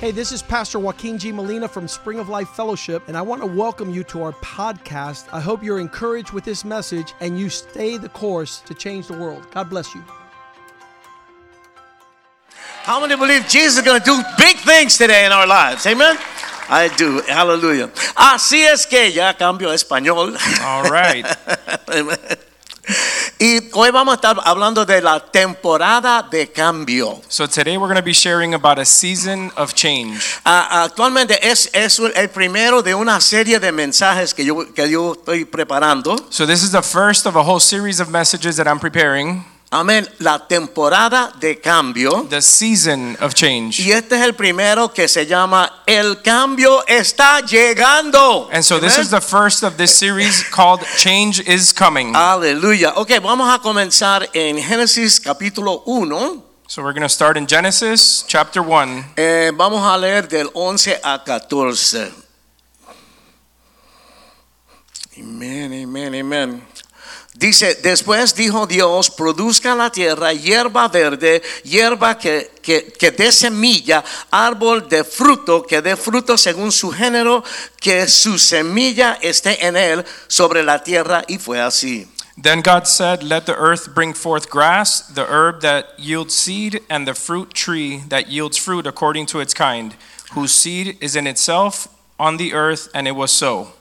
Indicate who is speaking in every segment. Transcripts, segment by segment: Speaker 1: Hey, this is Pastor Joaquin G. Molina from Spring of Life Fellowship, and I want to welcome you to our podcast. I hope you're encouraged with this message and you stay the course to change the world. God bless you.
Speaker 2: How many believe Jesus is going to do big things today in our lives? Amen. I do. Hallelujah. Así es que ya cambio a español.
Speaker 3: All right.
Speaker 2: y hoy vamos a estar hablando de la temporada de cambio.
Speaker 3: So today we're going to be sharing about a season of change.
Speaker 2: Ah, actualmente es, es el primero de una serie de mensajes que yo, que yo estoy preparando.
Speaker 3: So this is the first of a whole series of messages that I'm preparing.
Speaker 2: Amén. La temporada de cambio.
Speaker 3: The season of change.
Speaker 2: Y este es el primero que se llama El cambio está llegando.
Speaker 3: And so this
Speaker 2: Amen.
Speaker 3: is the first of this series called Change is Coming.
Speaker 2: Uh. Aleluya. Ok, vamos a comenzar en Génesis capítulo 1.
Speaker 3: So we're going to start in Genesis chapter 1.
Speaker 2: Eh, vamos a leer del 11 a 14. Amén, amén, amén. Dice, después dijo Dios, produzca la tierra hierba verde, hierba que, que, que dé semilla, árbol de fruto, que dé fruto según su género, que su semilla esté en él sobre la tierra. Y fue así.
Speaker 3: Then God said, Let the earth bring forth grass, the herb that yields seed, and the fruit tree that yields fruit according to its kind, whose seed is in itself on the earth, and it was so.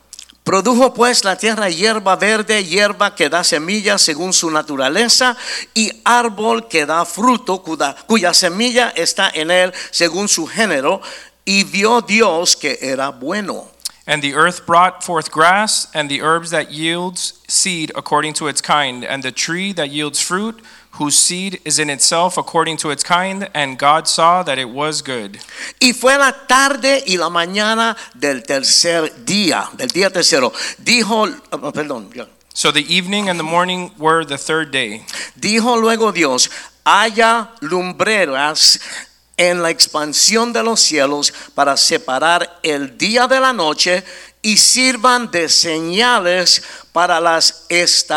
Speaker 2: Produjo pues la tierra hierba verde, hierba que da semilla según su naturaleza, y árbol que da fruto, cuya, cuya semilla está en él según su género, y vio Dios que era bueno.
Speaker 3: And the earth brought forth grass, and the herbs that yields seed according to its kind, and the tree that yields fruit, whose seed is in itself according to its kind, and God saw that it was good.
Speaker 2: Y fue la tarde y la mañana del tercer día, del día tercero. Dijo, ah, perdón, ya.
Speaker 3: So the evening and the morning were the third day.
Speaker 2: dijo luego Dios, haya lumbreras en la expansión de los cielos para separar el día de la noche y sirvan de señales para las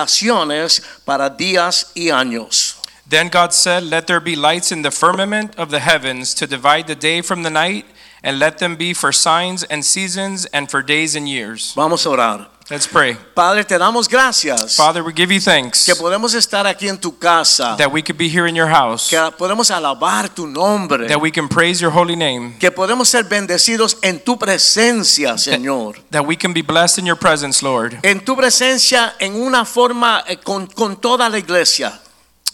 Speaker 2: estaciones, para días y años.
Speaker 3: Then God said, Let there be lights in the firmament of the heavens to divide the day from the night, and let them be for signs and seasons and for days and years.
Speaker 2: Vamos a orar.
Speaker 3: Let's pray.
Speaker 2: Padre, te damos gracias
Speaker 3: Father, we give you thanks
Speaker 2: que podemos estar aquí en tu casa,
Speaker 3: that we could be here in your house,
Speaker 2: que podemos alabar tu nombre,
Speaker 3: that we can praise your holy name,
Speaker 2: que podemos ser bendecidos en tu presencia, Señor.
Speaker 3: that we can be blessed in your presence, Lord.
Speaker 2: en tu presencia en una forma eh, con, con toda la iglesia.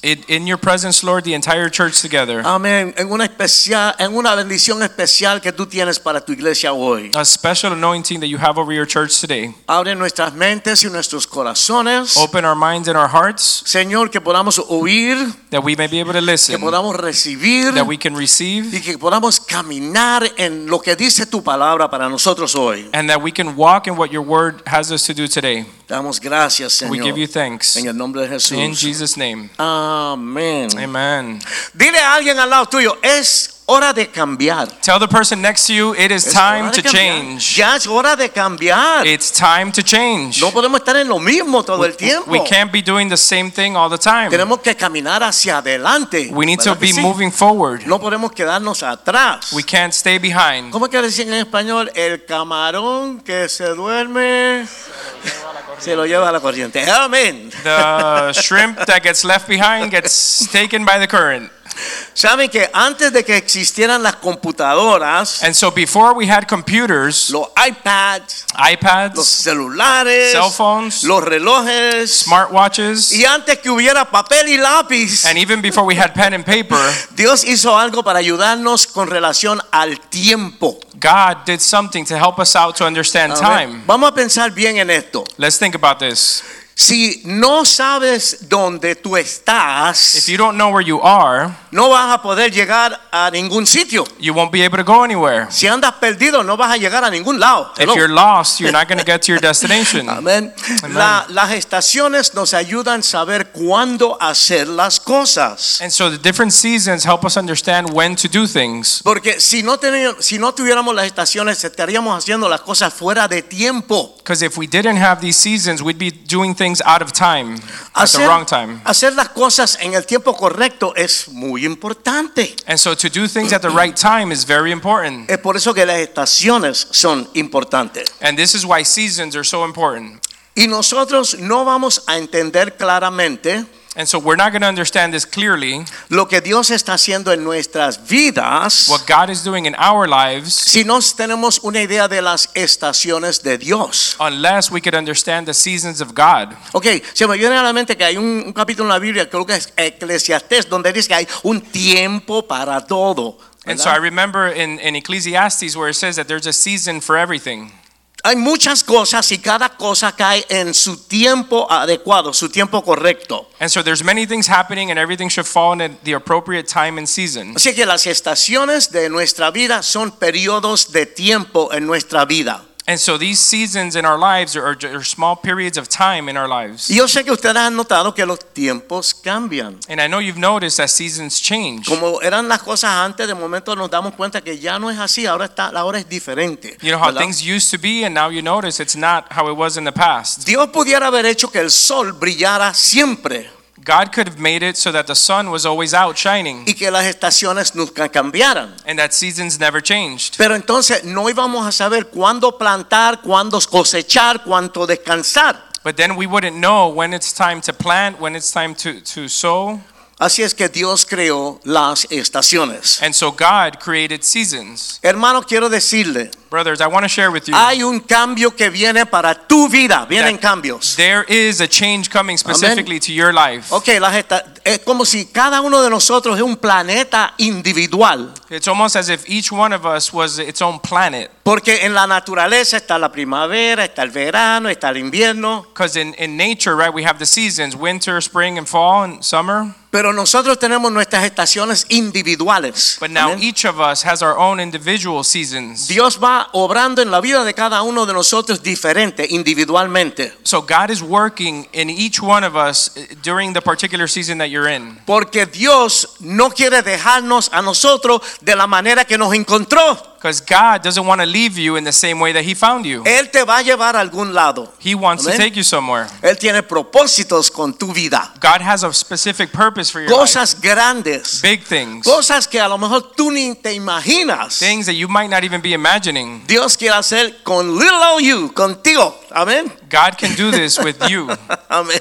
Speaker 3: In, in your presence, Lord, the entire church together.
Speaker 2: Amén. En una especial, en una bendición especial que tú tienes para tu iglesia hoy.
Speaker 3: A special anointing that you have over your church today.
Speaker 2: Abre nuestras mentes y nuestros corazones.
Speaker 3: Open our minds and our hearts
Speaker 2: Señor, que podamos oír,
Speaker 3: that we may be able to
Speaker 2: que
Speaker 3: listen,
Speaker 2: podamos recibir
Speaker 3: that we can receive,
Speaker 2: y que podamos caminar en lo que dice tu palabra para nosotros hoy.
Speaker 3: and that we can walk in what your word has us to do today.
Speaker 2: Damos gracias,
Speaker 3: We give you
Speaker 2: Señor.
Speaker 3: thanks.
Speaker 2: En el nombre de
Speaker 3: In
Speaker 2: Jesús.
Speaker 3: Jesus' name.
Speaker 2: Amén.
Speaker 3: Amen.
Speaker 2: Dile a alguien al lado tuyo, es hora de cambiar.
Speaker 3: Tell the person next to you it is
Speaker 2: Es
Speaker 3: time
Speaker 2: hora de
Speaker 3: to
Speaker 2: cambiar.
Speaker 3: change.
Speaker 2: Ya es hora de cambiar.
Speaker 3: It's time to change.
Speaker 2: No podemos estar en lo mismo todo el tiempo.
Speaker 3: We can't be doing the same thing all the time.
Speaker 2: Tenemos que caminar hacia adelante.
Speaker 3: We need to
Speaker 2: ¿Verdad que
Speaker 3: be
Speaker 2: sí?
Speaker 3: moving forward.
Speaker 2: No podemos quedarnos atrás.
Speaker 3: We can't stay behind.
Speaker 2: ¿Cómo es que dicen en español? El camarón que se duerme se lo lleva a la corriente. Amén.
Speaker 3: The shrimp that gets left behind gets taken by the current.
Speaker 2: Saben que antes de que existieran las computadoras,
Speaker 3: And so before we had computers,
Speaker 2: los iPads, los
Speaker 3: iPads,
Speaker 2: celulares,
Speaker 3: cell phones,
Speaker 2: los relojes,
Speaker 3: smartwatches,
Speaker 2: y antes que hubiera papel y lápiz,
Speaker 3: and even before we had pen and paper,
Speaker 2: Dios hizo algo para ayudarnos con relación al tiempo.
Speaker 3: God did something to help us out to understand
Speaker 2: Amén.
Speaker 3: time.
Speaker 2: Vamos a pensar bien en esto.
Speaker 3: Let's think about this.
Speaker 2: Si no sabes dónde tú
Speaker 3: If
Speaker 2: estás,
Speaker 3: you don't know where you are,
Speaker 2: no vas a poder llegar a ningún sitio.
Speaker 3: you won't be able to go anywhere.
Speaker 2: Si andas perdido, no vas a llegar a ningún lado.
Speaker 3: If
Speaker 2: Hello.
Speaker 3: you're lost, you're not going to get to your destination.
Speaker 2: Amén.
Speaker 3: Amén.
Speaker 2: La- las estaciones nos ayudan a saber cuándo hacer las cosas.
Speaker 3: And so the different seasons help us understand when to do things.
Speaker 2: Porque si no, teni- si no tuviéramos las estaciones, estaríamos haciendo las cosas fuera de tiempo.
Speaker 3: Because if we didn't have these seasons, we'd be doing things out of time, at the
Speaker 2: Hacer,
Speaker 3: wrong time.
Speaker 2: hacer las cosas en el tiempo correcto es muy importante.
Speaker 3: And so to do things at the right time is very important.
Speaker 2: Es por eso que las estaciones son importantes.
Speaker 3: And this is why seasons are so important.
Speaker 2: Y nosotros no vamos a entender claramente
Speaker 3: And so we're not going to understand this clearly,
Speaker 2: lo que Dios está haciendo en nuestras vidas
Speaker 3: what God is doing in our lives,
Speaker 2: si no tenemos una idea de las estaciones de Dios.
Speaker 3: unless we could understand the seasons of God.
Speaker 2: Ok, se me viene a la mente que hay un, un capítulo en la Biblia, creo que es Eclesiastés, donde dice que hay un tiempo para todo.
Speaker 3: And
Speaker 2: ¿verdad?
Speaker 3: so I remember in, in Ecclesiastes where it says that there's a season for everything.
Speaker 2: Hay muchas cosas y cada cosa cae en su tiempo adecuado, su tiempo correcto.
Speaker 3: And so there's many things happening and everything should fall in at the appropriate time and season.
Speaker 2: Así que las estaciones de nuestra vida son periodos de tiempo en nuestra vida.
Speaker 3: And so these seasons in our lives are, are, are small periods of time in our lives.
Speaker 2: Y yo sé que ustedes han notado que los tiempos cambian.
Speaker 3: And I know you've noticed that seasons change.
Speaker 2: Como eran las cosas antes, de momento nos damos cuenta que ya no es así, ahora está, la hora es diferente.
Speaker 3: You know how
Speaker 2: ¿verdad?
Speaker 3: things used to be and now you notice it's not how it was in the past.
Speaker 2: Dios pudiera haber hecho que el sol brillara siempre
Speaker 3: God could have made it so that the sun was always out shining
Speaker 2: y que las estaciones nunca cambiaran.
Speaker 3: and that seasons never changed.
Speaker 2: Pero entonces no íbamos a saber cuándo plantar, cuándo cosechar, cuándo descansar.
Speaker 3: But then we wouldn't know when it's time to plant, when it's time to, to sow.
Speaker 2: Así es que Dios creó las estaciones.
Speaker 3: And so God created seasons.
Speaker 2: Hermano, quiero decirle,
Speaker 3: Brothers, I want to share with you
Speaker 2: hay un cambio que viene para tu vida, vienen
Speaker 3: That-
Speaker 2: cambios.
Speaker 3: there is a change coming specifically to your life.
Speaker 2: Ok, las esta- es como si cada uno de nosotros es un planeta individual.
Speaker 3: It's almost as if each one of us was its own planet.
Speaker 2: Porque en la naturaleza está la primavera, está el verano, está el invierno.
Speaker 3: Because in, in nature, right, we have the seasons winter, spring, and fall, and summer.
Speaker 2: Pero nosotros tenemos nuestras estaciones individuales.
Speaker 3: But now
Speaker 2: Amén.
Speaker 3: each of us has our own individual seasons.
Speaker 2: Dios va obrando en la vida de cada uno de nosotros diferente, individualmente.
Speaker 3: So God is working in each one of us eh, during the particular season that you're in.
Speaker 2: Porque Dios no quiere dejarnos a nosotros de la manera que nos encontró.
Speaker 3: Because God doesn't want to leave you in the same way that He found you.
Speaker 2: Él te va a llevar a algún lado.
Speaker 3: He wants
Speaker 2: Amen.
Speaker 3: to take you somewhere.
Speaker 2: Él tiene propósitos con tu vida.
Speaker 3: God has a specific purpose for your life.
Speaker 2: Cosas grandes.
Speaker 3: Big things.
Speaker 2: Cosas que a lo mejor tú ni te imaginas.
Speaker 3: Things that you might not even be imagining.
Speaker 2: Dios quiere hacer con little old you, contigo. Amén.
Speaker 3: God can do this with you.
Speaker 2: Amén.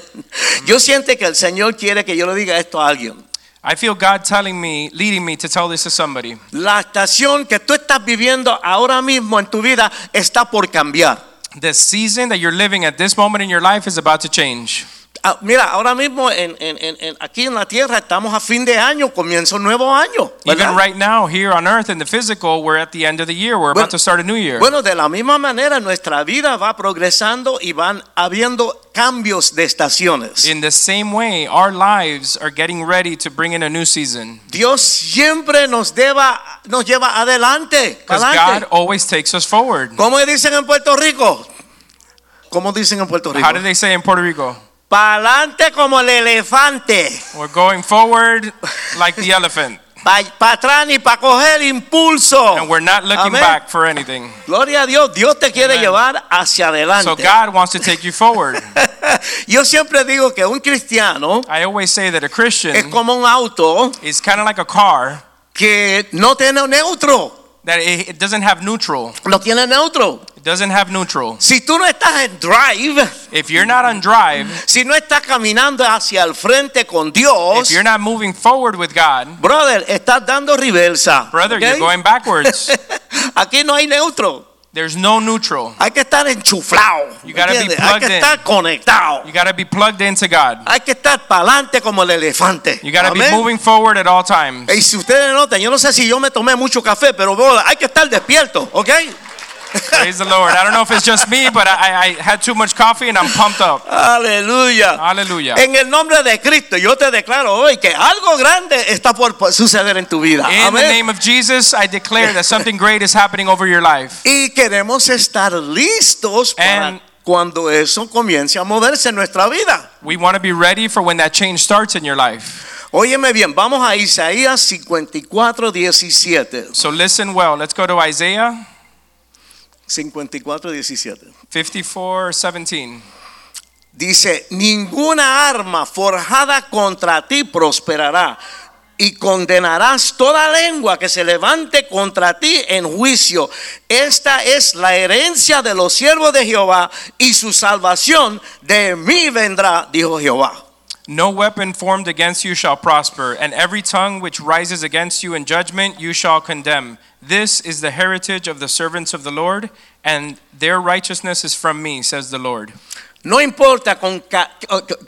Speaker 2: Yo siento que el Señor quiere que yo le diga esto a alguien.
Speaker 3: I feel God telling me, leading me to tell this to somebody.
Speaker 2: La estación que tú estás viviendo ahora mismo en tu vida está por cambiar.
Speaker 3: The season that you're living at this moment in your life is about to change.
Speaker 2: Ah, mira, ahora mismo en- en- en- en- aquí en la tierra estamos a fin de año, comienza un nuevo año. ¿verdad?
Speaker 3: Even right now, here on earth in the physical, we're at the end of the year. We're
Speaker 2: Bueno-
Speaker 3: about to start a new year.
Speaker 2: Bueno, de la misma manera nuestra vida va progresando y van habiendo cambios de estaciones.
Speaker 3: In the same way, our lives are getting ready to bring in a new season.
Speaker 2: Dios siempre nos, deba, nos lleva adelante.
Speaker 3: Because
Speaker 2: adelante.
Speaker 3: God always takes us forward.
Speaker 2: ¿Cómo dicen en Puerto Rico? ¿Cómo dicen en Puerto Rico?
Speaker 3: How do they say in Puerto Rico?
Speaker 2: Pa'lante como el elefante,
Speaker 3: We're going forward like the elephant,
Speaker 2: para atrás ni para coger impulso.
Speaker 3: and we're not looking
Speaker 2: Amén.
Speaker 3: back for anything.
Speaker 2: Gloria a Dios, Dios te quiere
Speaker 3: Amén.
Speaker 2: llevar hacia adelante.
Speaker 3: So God wants to take you forward.
Speaker 2: Yo siempre digo que un cristiano
Speaker 3: I always say that a
Speaker 2: es
Speaker 3: Christian
Speaker 2: como un auto
Speaker 3: is kind of like a car
Speaker 2: que no tiene neutro,
Speaker 3: that it, it doesn't have neutral.
Speaker 2: no tiene neutro.
Speaker 3: It doesn't have neutral.
Speaker 2: Si tú no estás en drive,
Speaker 3: If you're not on drive,
Speaker 2: si no estás caminando hacia el frente con Dios,
Speaker 3: if you're not moving forward with God,
Speaker 2: brother, estás dando reversa.
Speaker 3: brother,
Speaker 2: ¿ok?
Speaker 3: you're going backwards.
Speaker 2: Aquí no hay neutro.
Speaker 3: There's no neutral.
Speaker 2: Hay que estar enchuflado.
Speaker 3: You gotta be
Speaker 2: ¿entiendes? Hay que
Speaker 3: plugged in.
Speaker 2: estar conectado.
Speaker 3: You got to be plugged into God.
Speaker 2: Hay que estar para adelante como el elefante.
Speaker 3: You got to be
Speaker 2: Amén.
Speaker 3: moving forward at all times.
Speaker 2: Y si ustedes notan, yo no sé si yo me tomé mucho café, pero bola, hay que estar despierto, ¿ok?
Speaker 3: Praise the Lord. I don't know if it's just me, but I, I had too much coffee and I'm pumped up.
Speaker 2: Aleluya.
Speaker 3: Hallelujah.
Speaker 2: Ah, En el nombre de Cristo, yo te declaro hoy que algo grande está por por suceder en tu vida.
Speaker 3: In the
Speaker 2: Amén.
Speaker 3: name of Jesus, I declare that something great is happening over your life.
Speaker 2: Y queremos estar listos para
Speaker 3: And-
Speaker 2: cuando eso comience a moverse en nuestra vida.
Speaker 3: We want to be ready for when that change starts in your life.
Speaker 2: Óyeme bien, vamos a Isaías 54, 17.
Speaker 3: So listen well. Let's go to Isaiah
Speaker 2: 54, 17.
Speaker 3: 54 17.
Speaker 2: Dice, ninguna arma forjada contra ti prosperará, y condenarás toda lengua que se levante contra ti en juicio. Esta es la herencia de los siervos de Jehová y su salvación de mí vendrá, dijo Jehová.
Speaker 3: No weapon formed against you shall prosper, and every tongue which rises against you in judgment you shall condemn. This is the heritage of the servants of the Lord, and their righteousness is from me, says the Lord.
Speaker 2: No importa con ca-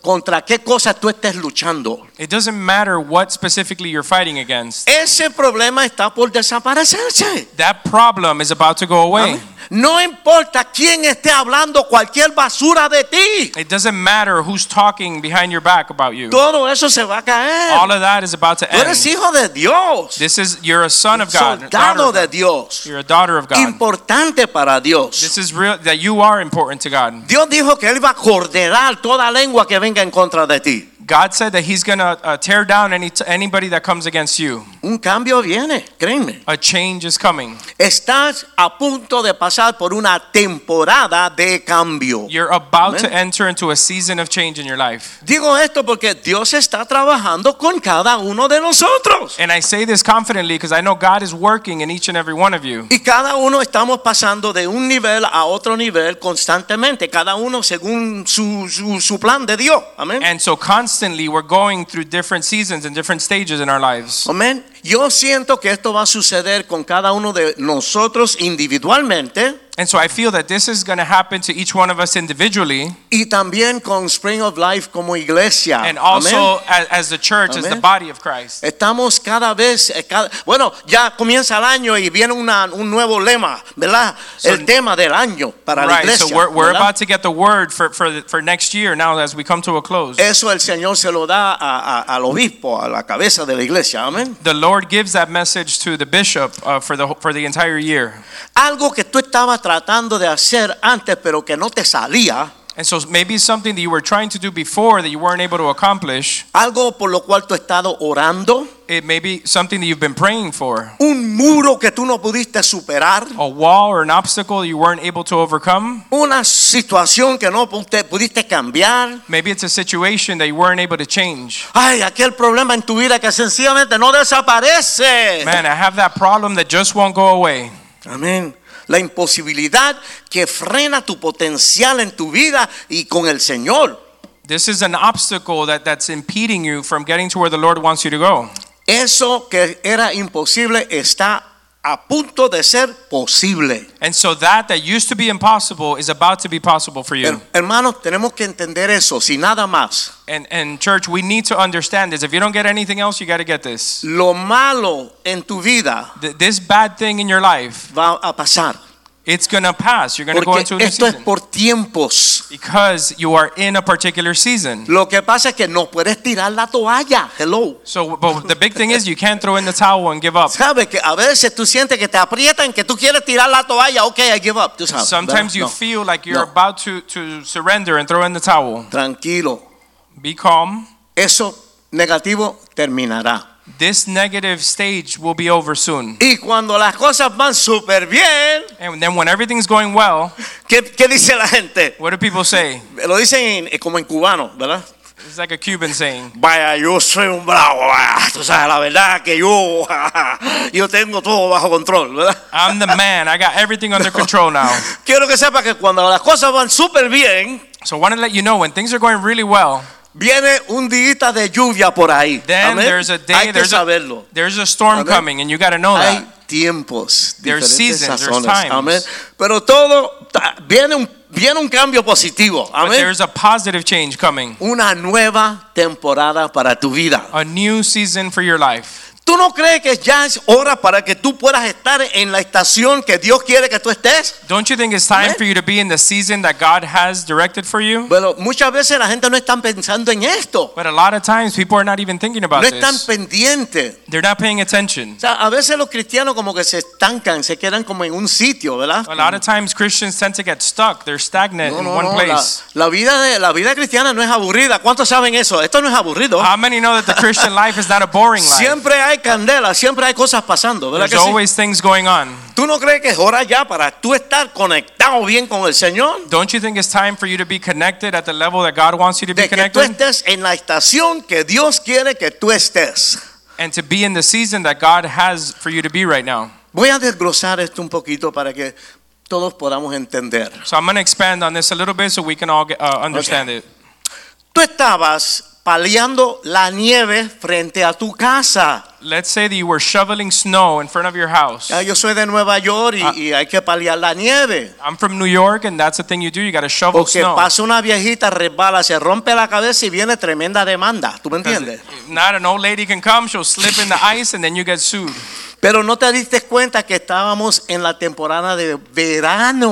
Speaker 2: contra qué cosa tú estés luchando.
Speaker 3: It doesn't matter what specifically you're fighting against,
Speaker 2: Ese problema está por desaparecerse.
Speaker 3: that problem is about to go away.
Speaker 2: No importa quién esté hablando cualquier basura de ti.
Speaker 3: It doesn't matter who's talking behind your back about you.
Speaker 2: Todo eso se va a
Speaker 3: All
Speaker 2: caer.
Speaker 3: of that is about to
Speaker 2: Tú eres
Speaker 3: end.
Speaker 2: hijo de Dios.
Speaker 3: This is you're a son of God. daughter
Speaker 2: Soldado
Speaker 3: of
Speaker 2: de
Speaker 3: God.
Speaker 2: Dios.
Speaker 3: You're a daughter of God.
Speaker 2: Importante para Dios.
Speaker 3: This is real that you are important to God.
Speaker 2: Dios dijo que Él va a condenar toda lengua que venga en contra de ti.
Speaker 3: God said that He's gonna uh, tear down any anybody that comes against you.
Speaker 2: Un cambio viene, créeme.
Speaker 3: A change is coming.
Speaker 2: Estás a punto de pasar por una temporada de cambio.
Speaker 3: You're about
Speaker 2: Amen.
Speaker 3: to enter into a season of change in your life.
Speaker 2: Digo esto porque Dios está trabajando con cada uno de nosotros.
Speaker 3: And I say this confidently because I know God is working in each and every one of you.
Speaker 2: Y cada uno estamos pasando de un nivel a otro nivel constantemente, cada uno según su, su, su plan de Dios. Amén.
Speaker 3: And so constantly we're going through different seasons and different stages in our lives.
Speaker 2: Amén. Yo siento que esto va a suceder con cada uno de nosotros individualmente
Speaker 3: And so I feel that this is going to happen to each one of us individually
Speaker 2: y también con Spring of Life como iglesia.
Speaker 3: and
Speaker 2: Amén.
Speaker 3: also as, as the church, as
Speaker 2: Ah, Amen.
Speaker 3: the body of Christ.
Speaker 2: Estamos cada vez, eh, cada- bueno, ya comienza el año y viene una- un nuevo lema, ¿verdad?
Speaker 3: So-
Speaker 2: el tema del año para la
Speaker 3: Right,
Speaker 2: iglesia.
Speaker 3: so we're, we're
Speaker 2: ¿verdad?
Speaker 3: about to get the word for, for, the, for next year now as we come to a close.
Speaker 2: Eso el Señor se lo da a- a- al obispo, a la cabeza de la iglesia. Amén.
Speaker 3: The Lord gives that message to the bishop uh, for, the, whole- for the entire year.
Speaker 2: Algo que tú estabas tratando de hacer antes, pero que no te salía.
Speaker 3: And so maybe something that you were trying to do before that you weren't able to accomplish,
Speaker 2: Algo por lo cual tú has estado orando.
Speaker 3: it may be something that you've been praying for.
Speaker 2: Un muro que tú no pudiste superar.
Speaker 3: A wall or an obstacle you weren't able to overcome.
Speaker 2: Una situación que no pudiste- pudiste cambiar.
Speaker 3: Maybe it's a situation that you weren't able to change.
Speaker 2: Ay, aquel problema en tu vida que sencillamente no desaparece.
Speaker 3: Man, I have that problem that just won't go away.
Speaker 2: Amén. La imposibilidad que frena tu potencial en tu vida y con el Señor.
Speaker 3: This is an obstacle that, that's impeding you from getting to where the Lord wants you to go.
Speaker 2: Eso que era imposible está a punto de ser posible.
Speaker 3: And so that that used to be impossible is about to be possible for you.
Speaker 2: Her- hermanos, tenemos que entender eso, si nada más.
Speaker 3: And and church, we need to understand this. If you don't get anything else, you got to get this.
Speaker 2: Lo malo en tu vida
Speaker 3: Th- this bad thing in your life,
Speaker 2: va a pasar.
Speaker 3: it's going to pass. You're going to go
Speaker 2: Porque
Speaker 3: into a new
Speaker 2: esto es
Speaker 3: season.
Speaker 2: por tiempos.
Speaker 3: Because you are in a particular season.
Speaker 2: Lo que pasa es que no puedes tirar la toalla. Hello.
Speaker 3: So but the big thing is you can't throw in the towel and give up.
Speaker 2: Sabes que a veces tú sientes que te aprietan, que tú quieres tirar la toalla. Ok, I give up. Tú sabes,
Speaker 3: Sometimes
Speaker 2: ¿verdad?
Speaker 3: you
Speaker 2: No.
Speaker 3: feel like you're
Speaker 2: No.
Speaker 3: about to, to surrender and throw in the towel.
Speaker 2: Tranquilo.
Speaker 3: Be calm.
Speaker 2: Eso negativo terminará.
Speaker 3: This negative stage will be over soon.
Speaker 2: Y cuando las cosas van súper bien,
Speaker 3: And then when everything's going well,
Speaker 2: ¿Qué, qué dice la gente?
Speaker 3: what do people say?
Speaker 2: Lo dicen en- como en cubano, ¿verdad?
Speaker 3: It's like a Cuban saying.
Speaker 2: Vaya, yo soy un bravo, vaya. Tú sabes, la verdad que yo, yo tengo todo bajo control, ¿verdad?
Speaker 3: I'm the man. I got everything under control now.
Speaker 2: Quiero que sepa que cuando las cosas van súper bien,
Speaker 3: So I want to let you know when things are going really well,
Speaker 2: viene un día de lluvia por ahí.
Speaker 3: then
Speaker 2: Amén.
Speaker 3: there's a
Speaker 2: Hay
Speaker 3: day,
Speaker 2: que
Speaker 3: there's
Speaker 2: saberlo.
Speaker 3: a, there's a storm
Speaker 2: Amén.
Speaker 3: coming, and you got to know
Speaker 2: Hay
Speaker 3: that.
Speaker 2: tiempos, diferentes
Speaker 3: There's seasons, there's
Speaker 2: sazones.
Speaker 3: times.
Speaker 2: Amén. Pero todo ta- viene un, viene un cambio positivo.
Speaker 3: But
Speaker 2: Amén.
Speaker 3: there's a positive change coming,
Speaker 2: Una nueva temporada para tu vida.
Speaker 3: a new season for your life.
Speaker 2: ¿Tú no crees que ya es hora para que tú puedas estar en la estación que Dios quiere que tú estés?
Speaker 3: Don't you think it's time
Speaker 2: Amén.
Speaker 3: for you to be in the season that God has directed for you?
Speaker 2: Pero muchas veces la gente no está pensando en esto.
Speaker 3: But a lot of times people are not even thinking about
Speaker 2: No están
Speaker 3: this.
Speaker 2: pendientes.
Speaker 3: They're not paying attention.
Speaker 2: O sea, a veces los cristianos como que se estancan, se quedan como en un sitio, ¿verdad?
Speaker 3: A lot of times Christians tend to get stuck. They're stagnant
Speaker 2: No,
Speaker 3: in
Speaker 2: no,
Speaker 3: one
Speaker 2: no, la,
Speaker 3: place.
Speaker 2: la vida de, la vida cristiana no es aburrida. ¿Cuántos saben eso? Esto no es aburrido.
Speaker 3: How many know that the Christian life is not a boring life?
Speaker 2: Siempre hay candela, siempre hay cosas pasando, ¿verdad?
Speaker 3: There's
Speaker 2: Que sí?
Speaker 3: always things going on.
Speaker 2: ¿Tú no crees que es hora ya para tú estar conectado bien con el Señor?
Speaker 3: Don't you think it's time for you to be connected at the level that God wants you to be
Speaker 2: de que tú
Speaker 3: connected?
Speaker 2: estés en la estación que Dios quiere que tú estés.
Speaker 3: and to be in the season that God has for you to be right now.
Speaker 2: Voy a desglosar esto un poquito para que todos podamos entender.
Speaker 3: So I'm going to expand on this a little bit so we can all get, uh, understand it.
Speaker 2: Tú estabas paliando la nieve frente a tu casa.
Speaker 3: Let's say that you were shoveling snow in front of your house.
Speaker 2: Ya, yo soy de Nueva York y,
Speaker 3: Ah.
Speaker 2: y hay que paliar la nieve.
Speaker 3: I'm from New York, and that's the thing you do. You got to shovel
Speaker 2: Porque
Speaker 3: snow.
Speaker 2: pasa una viejita, resbala, se rompe la cabeza y viene tremenda demanda. ¿Tú me
Speaker 3: 'Cause
Speaker 2: entiendes?
Speaker 3: Not an old lady can come. She'll slip in the ice, and then you get sued.
Speaker 2: Pero no te diste cuenta que estábamos en la temporada de verano.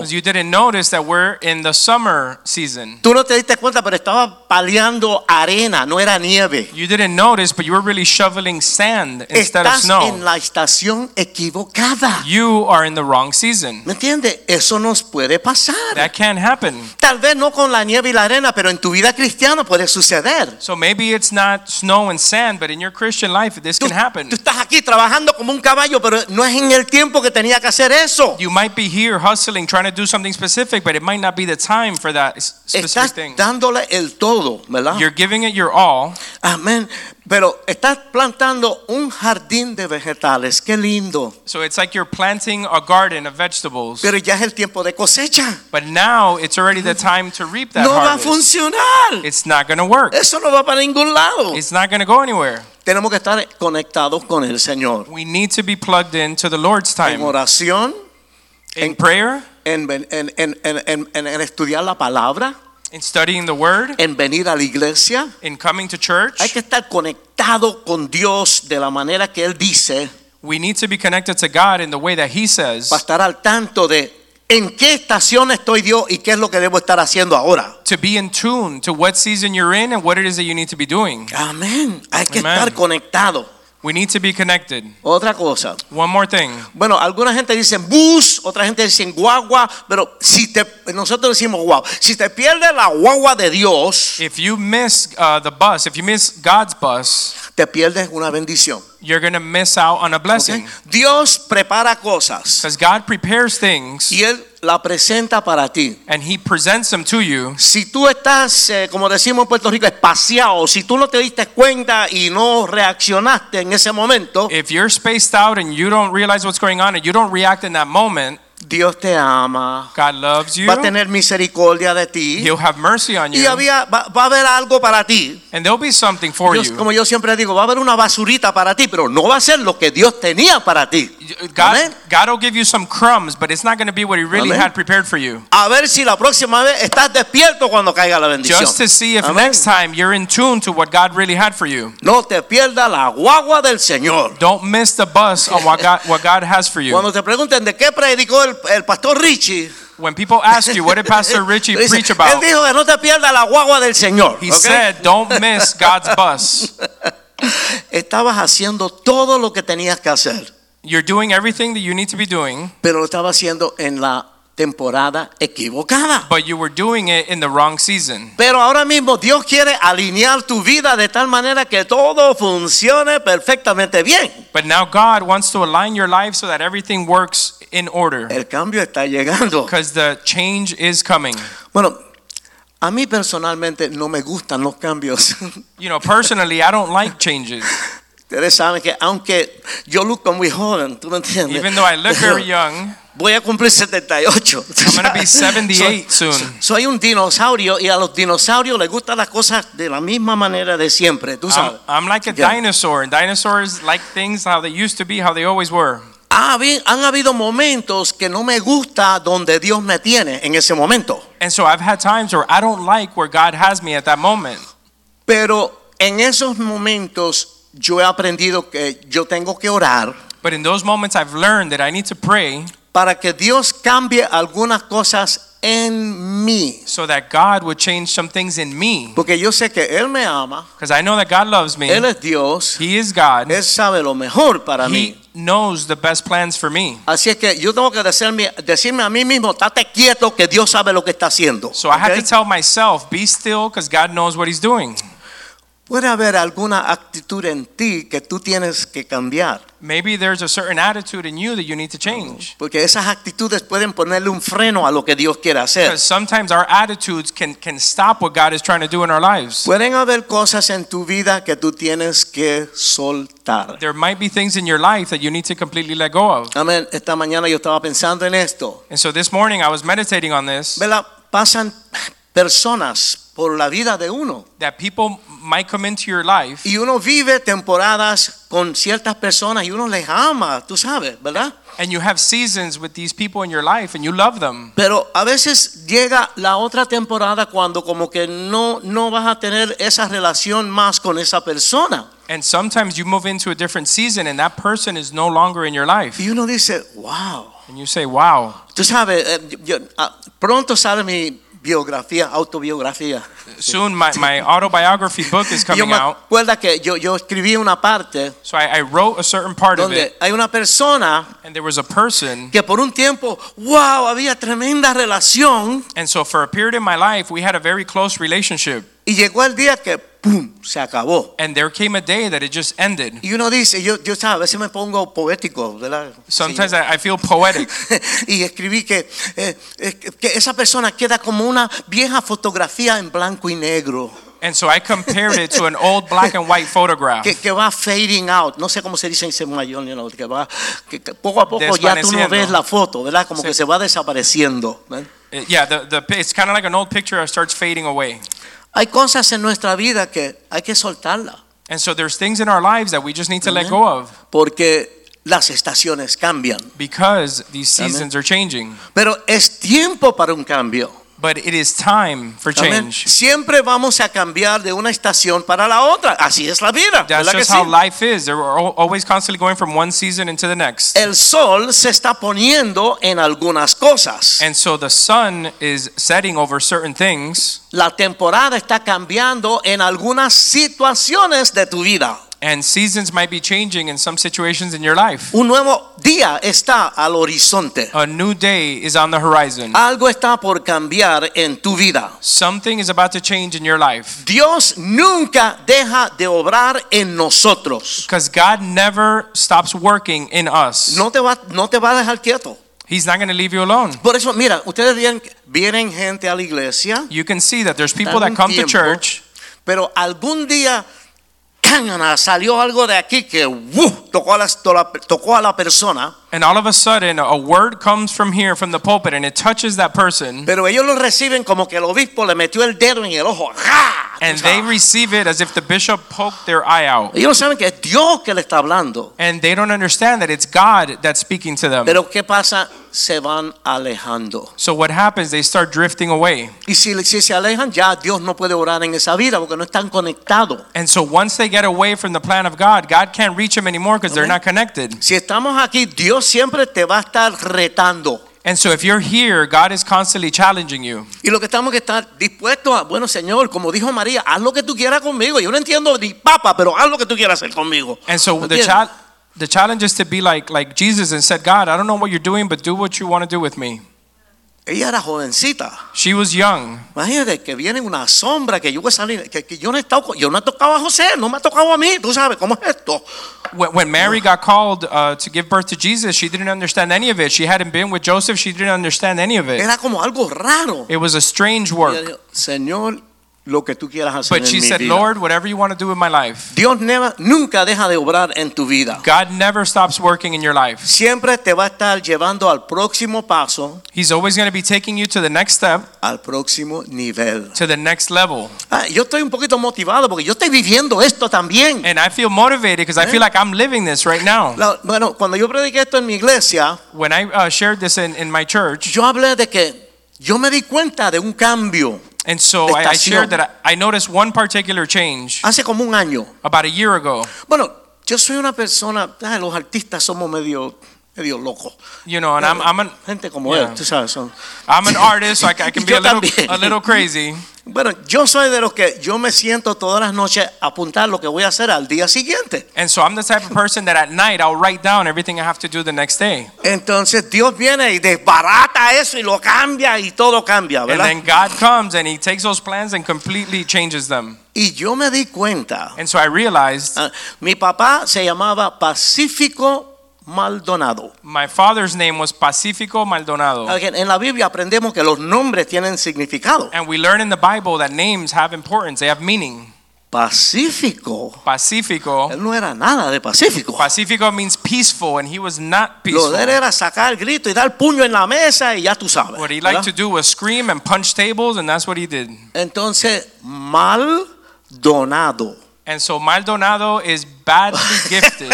Speaker 3: 'Cause you didn't notice that we're in the summer season.
Speaker 2: Tú no te diste cuenta, pero estaba paliando arena, no era nieve.
Speaker 3: You didn't notice, but you were really shoveling sand instead of
Speaker 2: Estás
Speaker 3: snow.
Speaker 2: en la estación equivocada.
Speaker 3: You are in the wrong season.
Speaker 2: ¿Me entiendes? Eso nos puede pasar.
Speaker 3: That can't happen.
Speaker 2: Tal vez no con la nieve y la arena, pero en tu vida cristiana puede suceder.
Speaker 3: So maybe it's not snow and sand, but in your Christian life, this
Speaker 2: Tú,
Speaker 3: can happen.
Speaker 2: tú estás aquí trabajando como un caballo, pero no es en el tiempo que tenía que hacer eso.
Speaker 3: You might be here hustling, trying to do something specific, but it might not be the time for that s- specific
Speaker 2: Estás ah.
Speaker 3: thing.
Speaker 2: dándole el todo, ¿verdad?
Speaker 3: You're giving it your all,
Speaker 2: Amén. Pero estás plantando un jardín de vegetales, qué lindo.
Speaker 3: so it's like you're planting a garden of vegetables.
Speaker 2: Pero ya es el tiempo de cosecha.
Speaker 3: But now it's already the time to reap that
Speaker 2: No va a
Speaker 3: harvest.
Speaker 2: funcionar.
Speaker 3: It's not going to work.
Speaker 2: Eso no va para ningún lado.
Speaker 3: It's not going to go anywhere.
Speaker 2: Tenemos que estar conectados con el Señor.
Speaker 3: We need to be plugged into the Lord's
Speaker 2: En
Speaker 3: time
Speaker 2: oración,
Speaker 3: in
Speaker 2: en-
Speaker 3: prayer,
Speaker 2: en, ven- en- en- en- en- en- en estudiar la palabra,
Speaker 3: in studying the Word,
Speaker 2: en venir a la iglesia.
Speaker 3: in coming to church.
Speaker 2: Hay que estar conectado con Dios de la manera que Él dice
Speaker 3: We need to be connected to God in the way that He says.
Speaker 2: para estar al tanto de en qué estación estoy Dios y qué es lo que debo estar haciendo ahora.
Speaker 3: to be in tune to what season you're in and what it is that you need to be doing.
Speaker 2: Amén. Hay que
Speaker 3: Amén.
Speaker 2: estar conectado.
Speaker 3: We need to be connected.
Speaker 2: Otra cosa.
Speaker 3: One more thing.
Speaker 2: Bueno, alguna gente dice bus, otra gente dice guagua, pero si te, nosotros decimos guagua. Si te pierdes la guagua de Dios,
Speaker 3: If you miss uh, the bus, if you miss God's bus,
Speaker 2: te pierdes una bendición.
Speaker 3: you're going to miss out on a
Speaker 2: ¿ok?
Speaker 3: blessing.
Speaker 2: Dios prepara cosas
Speaker 3: Because God prepares things
Speaker 2: y Él la presenta para ti.
Speaker 3: and He presents them to you.
Speaker 2: Si tú estás, eh, como decimos en Puerto Rico, espaciado, si tú no te diste cuenta y no reaccionaste en ese momento,
Speaker 3: If you're spaced out and you don't realize what's going on and you don't react in that moment,
Speaker 2: Dios te ama,
Speaker 3: God loves you.
Speaker 2: va a tener misericordia de ti
Speaker 3: He'll have mercy on
Speaker 2: y
Speaker 3: you.
Speaker 2: había, va, va a haber algo para ti.
Speaker 3: And there'll be something for
Speaker 2: Dios,
Speaker 3: you.
Speaker 2: como yo siempre digo, va a haber una basurita para ti, pero no va a ser lo que Dios tenía para ti.
Speaker 3: God,
Speaker 2: Amén.
Speaker 3: God will give you some crumbs, but it's not going to be what He really
Speaker 2: Amén.
Speaker 3: had prepared for you.
Speaker 2: A ver si la próxima vez estás despierto cuando caiga la bendición.
Speaker 3: just to see if
Speaker 2: Amén.
Speaker 3: next time you're in tune to what God really had for you.
Speaker 2: No te pierdas la guagua del Señor.
Speaker 3: Don't miss the bus on what God, what God has for you.
Speaker 2: Cuando te pregunten de qué predicó el, el pastor Richie,
Speaker 3: When people ask you, what did Pastor Richie
Speaker 2: tú dices,
Speaker 3: preach
Speaker 2: él
Speaker 3: about?
Speaker 2: dijo que no te pierdas la guagua del Señor.
Speaker 3: He
Speaker 2: ¿ok?
Speaker 3: said, don't miss God's bus.
Speaker 2: Estabas haciendo todo lo que tenías que hacer,
Speaker 3: You're doing everything that you need to be doing,
Speaker 2: pero lo estaba haciendo en la temporada equivocada.
Speaker 3: but you were doing it in the wrong season.
Speaker 2: Pero ahora mismo Dios quiere alinear tu vida de tal manera que todo funcione perfectamente bien.
Speaker 3: But now God wants to align your life so that everything works in order
Speaker 2: El cambio está llegando.
Speaker 3: because the change is coming.
Speaker 2: Bueno, a mí personalmente no me gustan los cambios.
Speaker 3: You know, personally, I don't like changes.
Speaker 2: Ustedes saben que aunque yo luzco muy joven, tú me entiendes.
Speaker 3: Even though I look
Speaker 2: Pero
Speaker 3: very young,
Speaker 2: Voy a cumplir 78.
Speaker 3: I'm gonna be 78
Speaker 2: Soy-
Speaker 3: soon.
Speaker 2: Soy un dinosaurio y a los dinosaurios les gustan las cosas de la misma manera de siempre, tú
Speaker 3: I'm,
Speaker 2: sabes.
Speaker 3: I'm like a
Speaker 2: Ya.
Speaker 3: dinosaur, and dinosaurs like things how they used to be, how they always were.
Speaker 2: Ha habi- Ah, han habido momentos que no me gusta donde Dios me tiene en ese momento.
Speaker 3: And so I've had times where I don't like where God has me at that moment.
Speaker 2: Pero en esos momentos yo he aprendido que yo tengo que orar
Speaker 3: But in those moments, I've learned that I need to pray
Speaker 2: para que Dios cambie algunas cosas en mí.
Speaker 3: so that God would change some things in me.
Speaker 2: Porque yo sé que Él me ama,
Speaker 3: Because I know that God loves me.
Speaker 2: Él es Dios,
Speaker 3: He is God.
Speaker 2: Él sabe lo mejor para
Speaker 3: He
Speaker 2: mí.
Speaker 3: knows the best plans for me.
Speaker 2: Así es que yo tengo que decirme, decirme a mí mismo, estate quieto que Dios sabe lo que está haciendo.
Speaker 3: So I had
Speaker 2: ¿ok?
Speaker 3: to tell myself, be still, because God knows what He's doing.
Speaker 2: Puede haber alguna actitud en ti que tú tienes que cambiar,
Speaker 3: Maybe there's a certain attitude in you that you need to change.
Speaker 2: porque esas actitudes pueden ponerle un freno a lo que Dios quiere hacer.
Speaker 3: Because sometimes our attitudes can, can stop what God is trying to do in our lives.
Speaker 2: Pueden haber cosas en tu vida que tú tienes que soltar.
Speaker 3: There might be things in your life that you need to completely let go of.
Speaker 2: Amén. Esta mañana yo estaba pensando en esto.
Speaker 3: And so this morning I was meditating on this
Speaker 2: ¿Verdad? Pasan personas por la vida de uno
Speaker 3: that people might come into your life
Speaker 2: y uno vive temporadas con ciertas personas y uno les ama, tú sabes, ¿verdad?
Speaker 3: and you have seasons with these people in your life and you love them.
Speaker 2: Pero a veces llega la otra temporada cuando como que no no vas a tener esa relación más con esa persona
Speaker 3: And sometimes you move into a different season and that person is no longer in your life.
Speaker 2: y uno dice, "Wow."
Speaker 3: And you say, wow.
Speaker 2: Tú sabes, eh, yo- ah, pronto sale mi biografía, autobiografía.
Speaker 3: Soon my, my autobiography book is
Speaker 2: Yo
Speaker 3: coming
Speaker 2: me
Speaker 3: out.
Speaker 2: acuerdo que yo, yo escribí una parte
Speaker 3: So I, I wrote a certain part of it
Speaker 2: donde hay una persona
Speaker 3: and there was a person.
Speaker 2: que por un tiempo, wow, había tremenda relación
Speaker 3: And so for a period in my life, we had a very close relationship.
Speaker 2: y llegó el día que, ¡pum!, se acabó.
Speaker 3: And there came a day that it just ended.
Speaker 2: Y uno dice, yo, yo ¿sabes? a veces me pongo poético, ¿verdad?
Speaker 3: Sometimes I, I feel poetic.
Speaker 2: y escribí que, eh, eh, que esa persona queda como una vieja fotografía en blanco y negro,
Speaker 3: And so I compared it to an old black and white photograph.
Speaker 2: que, que va fading out, no sé cómo se dice en mayor, que va, que, que poco a poco ya tú no
Speaker 3: Desvaneciendo.
Speaker 2: ves la foto, ¿verdad? Como
Speaker 3: Sí.
Speaker 2: que se va desapareciendo. ¿ven?
Speaker 3: It- yeah, the, the, it's kind of like an old picture that starts fading away.
Speaker 2: Hay cosas en nuestra vida que hay que soltarlas.
Speaker 3: And so there's things in our lives that we just need to let
Speaker 2: Amen.
Speaker 3: go of
Speaker 2: porque las estaciones cambian.
Speaker 3: because these seasons are changing.
Speaker 2: Pero es tiempo para un cambio.
Speaker 3: But it is time for
Speaker 2: Amén.
Speaker 3: change.
Speaker 2: Siempre vamos a cambiar de una estación para la otra. Así es la vida.
Speaker 3: That's
Speaker 2: ¿verdad que
Speaker 3: just
Speaker 2: sí?
Speaker 3: how life is. They're al- always constantly going from one season into the next.
Speaker 2: El sol se está poniendo en algunas cosas.
Speaker 3: And so the sun is setting over certain things,
Speaker 2: La temporada está cambiando en algunas situaciones de tu vida.
Speaker 3: and seasons might be changing in some situations in your life.
Speaker 2: Un nuevo día está al horizonte.
Speaker 3: A new day is on the horizon.
Speaker 2: Algo está por cambiar en tu vida.
Speaker 3: Something is about to change in your life
Speaker 2: Dios nunca deja de obrar en nosotros.
Speaker 3: because God never stops working in us.
Speaker 2: No te va, no te va a dejar quieto.
Speaker 3: He's not going to leave you alone.
Speaker 2: Por eso, mira, ustedes ven- vienen gente a la iglesia,
Speaker 3: You can see that there's people
Speaker 2: Dan
Speaker 3: that come to
Speaker 2: tiempo.
Speaker 3: church,
Speaker 2: pero algún día cángana, salió algo de aquí que ¡wuh! tocó, a la, to- la- tocó a la persona,
Speaker 3: and all of a sudden a word comes from here, from the pulpit, and it touches that person,
Speaker 2: pero ellos lo reciben como que el obispo le metió el dedo en el ojo. ¡Ja!
Speaker 3: and they receive it as if the bishop poked their eye out.
Speaker 2: ellos no saben que es Dios que le está hablando.
Speaker 3: And they don't understand that it's God that's speaking to them.
Speaker 2: Pero ¿qué pasa? Se van alejando.
Speaker 3: So what happens? They start drifting away.
Speaker 2: Y si, si se alejan, ya Dios no puede orar en esa vida porque no están conectados.
Speaker 3: And so once they get away from the plan of God, God can't reach them anymore because they're
Speaker 2: Amen.
Speaker 3: not connected.
Speaker 2: Si estamos aquí, Dios siempre te va a estar retando.
Speaker 3: And so if you're here, God is constantly challenging you.
Speaker 2: Y lo que estamos que estar dispuestos a, bueno Señor, como dijo María, haz lo que tú quieras conmigo. Yo no entiendo ni papa, pero haz lo que tú quieras hacer conmigo.
Speaker 3: And so the
Speaker 2: ¿Entiendes?
Speaker 3: chal the challenge is to be like like Jesus and said, God, I don't know what you're doing, but do what you want to do with me.
Speaker 2: Ella era jovencita.
Speaker 3: She was young.
Speaker 2: Imagínate que viene una sombra que yo voy a salir, que, que yo no he estado, con- yo no he tocado a José, no me ha tocado a mí. Tú sabes cómo es esto.
Speaker 3: When, when Mary got called uh, to give birth to Jesus, she didn't understand any of it. She hadn't been with Joseph. She didn't understand any of it.
Speaker 2: Era como algo raro.
Speaker 3: It was a strange
Speaker 2: Ella
Speaker 3: work.
Speaker 2: dijo, Señor, lo que tú quieras hacer
Speaker 3: But
Speaker 2: en
Speaker 3: she
Speaker 2: mi
Speaker 3: said,
Speaker 2: vida".
Speaker 3: Lord, whatever you want to do with my life.
Speaker 2: Dios neva- nunca deja de obrar en tu vida.
Speaker 3: God never stops working in your life.
Speaker 2: Siempre te va a estar llevando al próximo paso,
Speaker 3: He's always going to be taking you to the next step,
Speaker 2: al próximo nivel.
Speaker 3: to the next level.
Speaker 2: Ah, yo estoy un poquito motivado porque yo estoy viviendo esto también.
Speaker 3: And I feel motivated because I
Speaker 2: Amen.
Speaker 3: feel like I'm living this right now.
Speaker 2: La- bueno, cuando yo prediqué esto en mi iglesia,
Speaker 3: When I uh, shared this in, in my church,
Speaker 2: yo hablé de que yo me di cuenta de un cambio
Speaker 3: and so I, I shared
Speaker 2: Estación.
Speaker 3: that I, I noticed one particular change
Speaker 2: hace como un año.
Speaker 3: about a year ago.
Speaker 2: Bueno, yo soy una persona, ah, los artistas somos medio medio loco.
Speaker 3: You know, and I'm, I'm an
Speaker 2: Gente como
Speaker 3: Yeah.
Speaker 2: él, tú sabes. son-
Speaker 3: I'm an artist, so I, ca- I can be
Speaker 2: Yo
Speaker 3: a little
Speaker 2: también.
Speaker 3: a little crazy.
Speaker 2: Bueno, yo soy de los que yo me siento todas las noches a apuntar lo que voy a hacer al día siguiente.
Speaker 3: And so I'm the type of person that at night I'll write down everything I have to do the next day.
Speaker 2: Entonces Dios viene y desbarata eso y lo cambia y todo cambia,
Speaker 3: And
Speaker 2: ¿verdad?
Speaker 3: then God comes and He takes those plans and completely changes them.
Speaker 2: y yo me di cuenta.
Speaker 3: And so I realized
Speaker 2: ah, mi papá se llamaba Pacífico Maldonado.
Speaker 3: my father's name was Pacifico Maldonado.
Speaker 2: Again, En la Biblia aprendemos que los nombres tienen significado.
Speaker 3: And we learn in the Bible that names have importance, they have meaning.
Speaker 2: Pacífico.
Speaker 3: Pacifico.
Speaker 2: Él no era nada de pacífico.
Speaker 3: Pacifico means peaceful, and he was not
Speaker 2: Lo de él
Speaker 3: peaceful.
Speaker 2: era sacar el grito y dar puño en la mesa y ya tú sabes.
Speaker 3: What he
Speaker 2: ¿verdad?
Speaker 3: liked to do was scream and punch tables, and that's what he did.
Speaker 2: Entonces, Maldonado.
Speaker 3: And so Maldonado is badly gifted.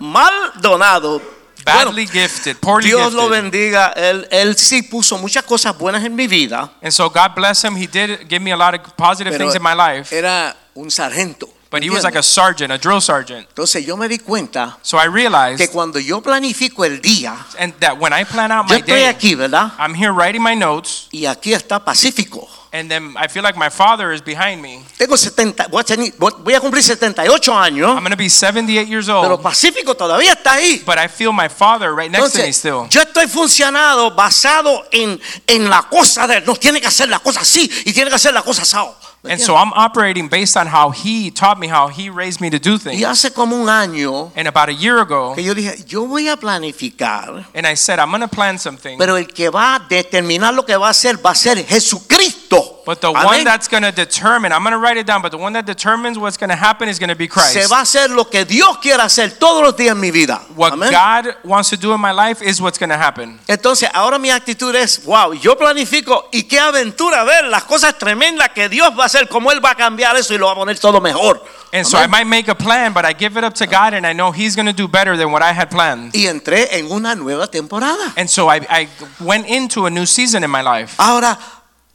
Speaker 2: Maldonado.
Speaker 3: Badly
Speaker 2: Bueno,
Speaker 3: gifted, poorly
Speaker 2: Dios lo
Speaker 3: gifted.
Speaker 2: bendiga. Él, él sí puso muchas cosas buenas en mi vida,
Speaker 3: And so God bless him. He did give me a lot of positive
Speaker 2: pero
Speaker 3: things in my life.
Speaker 2: era un sargento.
Speaker 3: But he was like a
Speaker 2: ¿entiendes?
Speaker 3: sergeant, a drill sergeant.
Speaker 2: Entonces yo me di cuenta
Speaker 3: So I
Speaker 2: que
Speaker 3: realized
Speaker 2: cuando yo planifico el día,
Speaker 3: and that when I plan out
Speaker 2: yo
Speaker 3: my
Speaker 2: estoy
Speaker 3: day,
Speaker 2: aquí, ¿verdad?
Speaker 3: I'm here writing my notes,
Speaker 2: Y aquí está Pacífico.
Speaker 3: and then I feel like my father is behind me.
Speaker 2: Tengo 70, voy a, tener- voy a cumplir 78 años,
Speaker 3: I'm gonna be 78 years
Speaker 2: pero
Speaker 3: old,
Speaker 2: Pacífico todavía está ahí.
Speaker 3: but I feel my father right next to me
Speaker 2: Entonces,
Speaker 3: still.
Speaker 2: yo estoy funcionado basado en, en la cosa de él. No tiene que hacer la cosa así y tiene que hacer la cosa asado. ¿Me
Speaker 3: And so
Speaker 2: entiendes?
Speaker 3: I'm operating based on how he taught me, how he raised me to do
Speaker 2: y
Speaker 3: things.
Speaker 2: hace como un año
Speaker 3: And about a year ago,
Speaker 2: que yo dije, yo voy a planificar,
Speaker 3: and I said, I'm gonna plan something,
Speaker 2: pero el que va a determinar lo que va a hacer va a ser Jesucristo.
Speaker 3: but the
Speaker 2: Amén.
Speaker 3: one that's gonna determine, I'm gonna write it down, but the one that determines what's gonna happen is gonna be
Speaker 2: Se
Speaker 3: Christ.
Speaker 2: va a hacer lo que Dios quiera hacer todos los días en mi vida.
Speaker 3: What
Speaker 2: Amén.
Speaker 3: God wants to do in my life is what's gonna happen.
Speaker 2: Entonces, ahora mi actitud es, wow, yo planifico y qué aventura ver las cosas tremendas que Dios va a hacer, cómo Él va a cambiar eso y lo va a poner todo mejor.
Speaker 3: And so
Speaker 2: Amén.
Speaker 3: I might make a plan, but I give it up to God, and I know He's going to do better than what I had planned.
Speaker 2: y entré en una nueva temporada.
Speaker 3: And so I, I went into a new season in my life.
Speaker 2: Ahora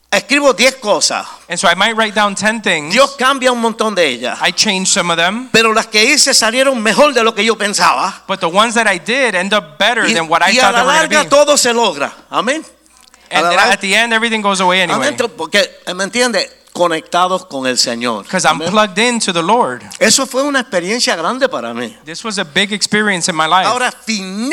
Speaker 2: escribo 10 cosas.
Speaker 3: And so I might write down 10 things.
Speaker 2: Dios cambia un montón de ellas.
Speaker 3: I changed some of them,
Speaker 2: Pero las que hice salieron mejor de lo que yo pensaba.
Speaker 3: but the ones that I did end up better
Speaker 2: Y,
Speaker 3: than what I
Speaker 2: y a
Speaker 3: thought
Speaker 2: la
Speaker 3: they were
Speaker 2: larga
Speaker 3: going to be.
Speaker 2: todo se logra. Amén.
Speaker 3: And
Speaker 2: a la
Speaker 3: then
Speaker 2: larga-
Speaker 3: at the end, everything goes away anyway.
Speaker 2: Adentro, porque, ¿me entiende? Conectados con el Señor.
Speaker 3: Because I'm
Speaker 2: Amén.
Speaker 3: plugged into the Lord.
Speaker 2: Eso fue una experiencia grande para mí.
Speaker 3: This was a big experience in my life.
Speaker 2: Ahora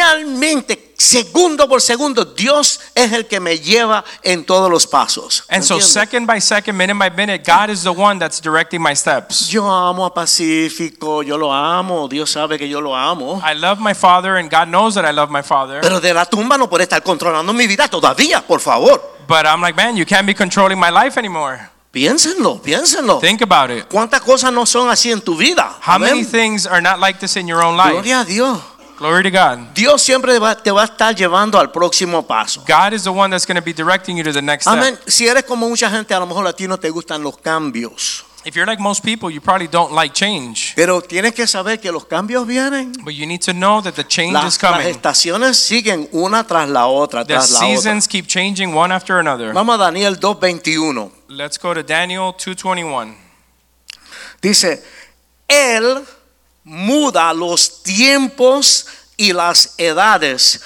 Speaker 2: finalmente, segundo por segundo, Dios es el que me lleva en todos los pasos.
Speaker 3: And so,
Speaker 2: ¿Entiende?
Speaker 3: second by second, minute by minute, God is the one that's directing my steps.
Speaker 2: Yo amo a Pacífico, yo lo amo, Dios sabe que yo lo amo.
Speaker 3: I love my father, and God knows that I love my father.
Speaker 2: Pero de la tumba no puede estar controlando mi vida todavía, por favor.
Speaker 3: But I'm like, man, you can't be controlling my life anymore.
Speaker 2: Piénsenlo, piénsenlo.
Speaker 3: Think about it.
Speaker 2: ¿Cuántas cosas no son así en tu vida?
Speaker 3: How many
Speaker 2: Amén.
Speaker 3: things are not like this in your own life?
Speaker 2: Gloria a Dios.
Speaker 3: Glory to God.
Speaker 2: Dios siempre va- te va a estar llevando al próximo paso.
Speaker 3: God is the one that's going to be directing you to the next step.
Speaker 2: Amén. Si eres como mucha gente, a lo mejor a ti no te gustan los cambios.
Speaker 3: If you're like most people, you probably don't like change.
Speaker 2: Pero tienes que saber que los cambios vienen.
Speaker 3: But you need to know that the change
Speaker 2: Las,
Speaker 3: is
Speaker 2: las
Speaker 3: coming.
Speaker 2: estaciones siguen una tras la otra,
Speaker 3: The
Speaker 2: tras la otra.
Speaker 3: seasons keep changing one after another.
Speaker 2: Vamos a Daniel 2.21.
Speaker 3: Let's go to Daniel 2:21.
Speaker 2: Dice, Él muda los tiempos y las edades,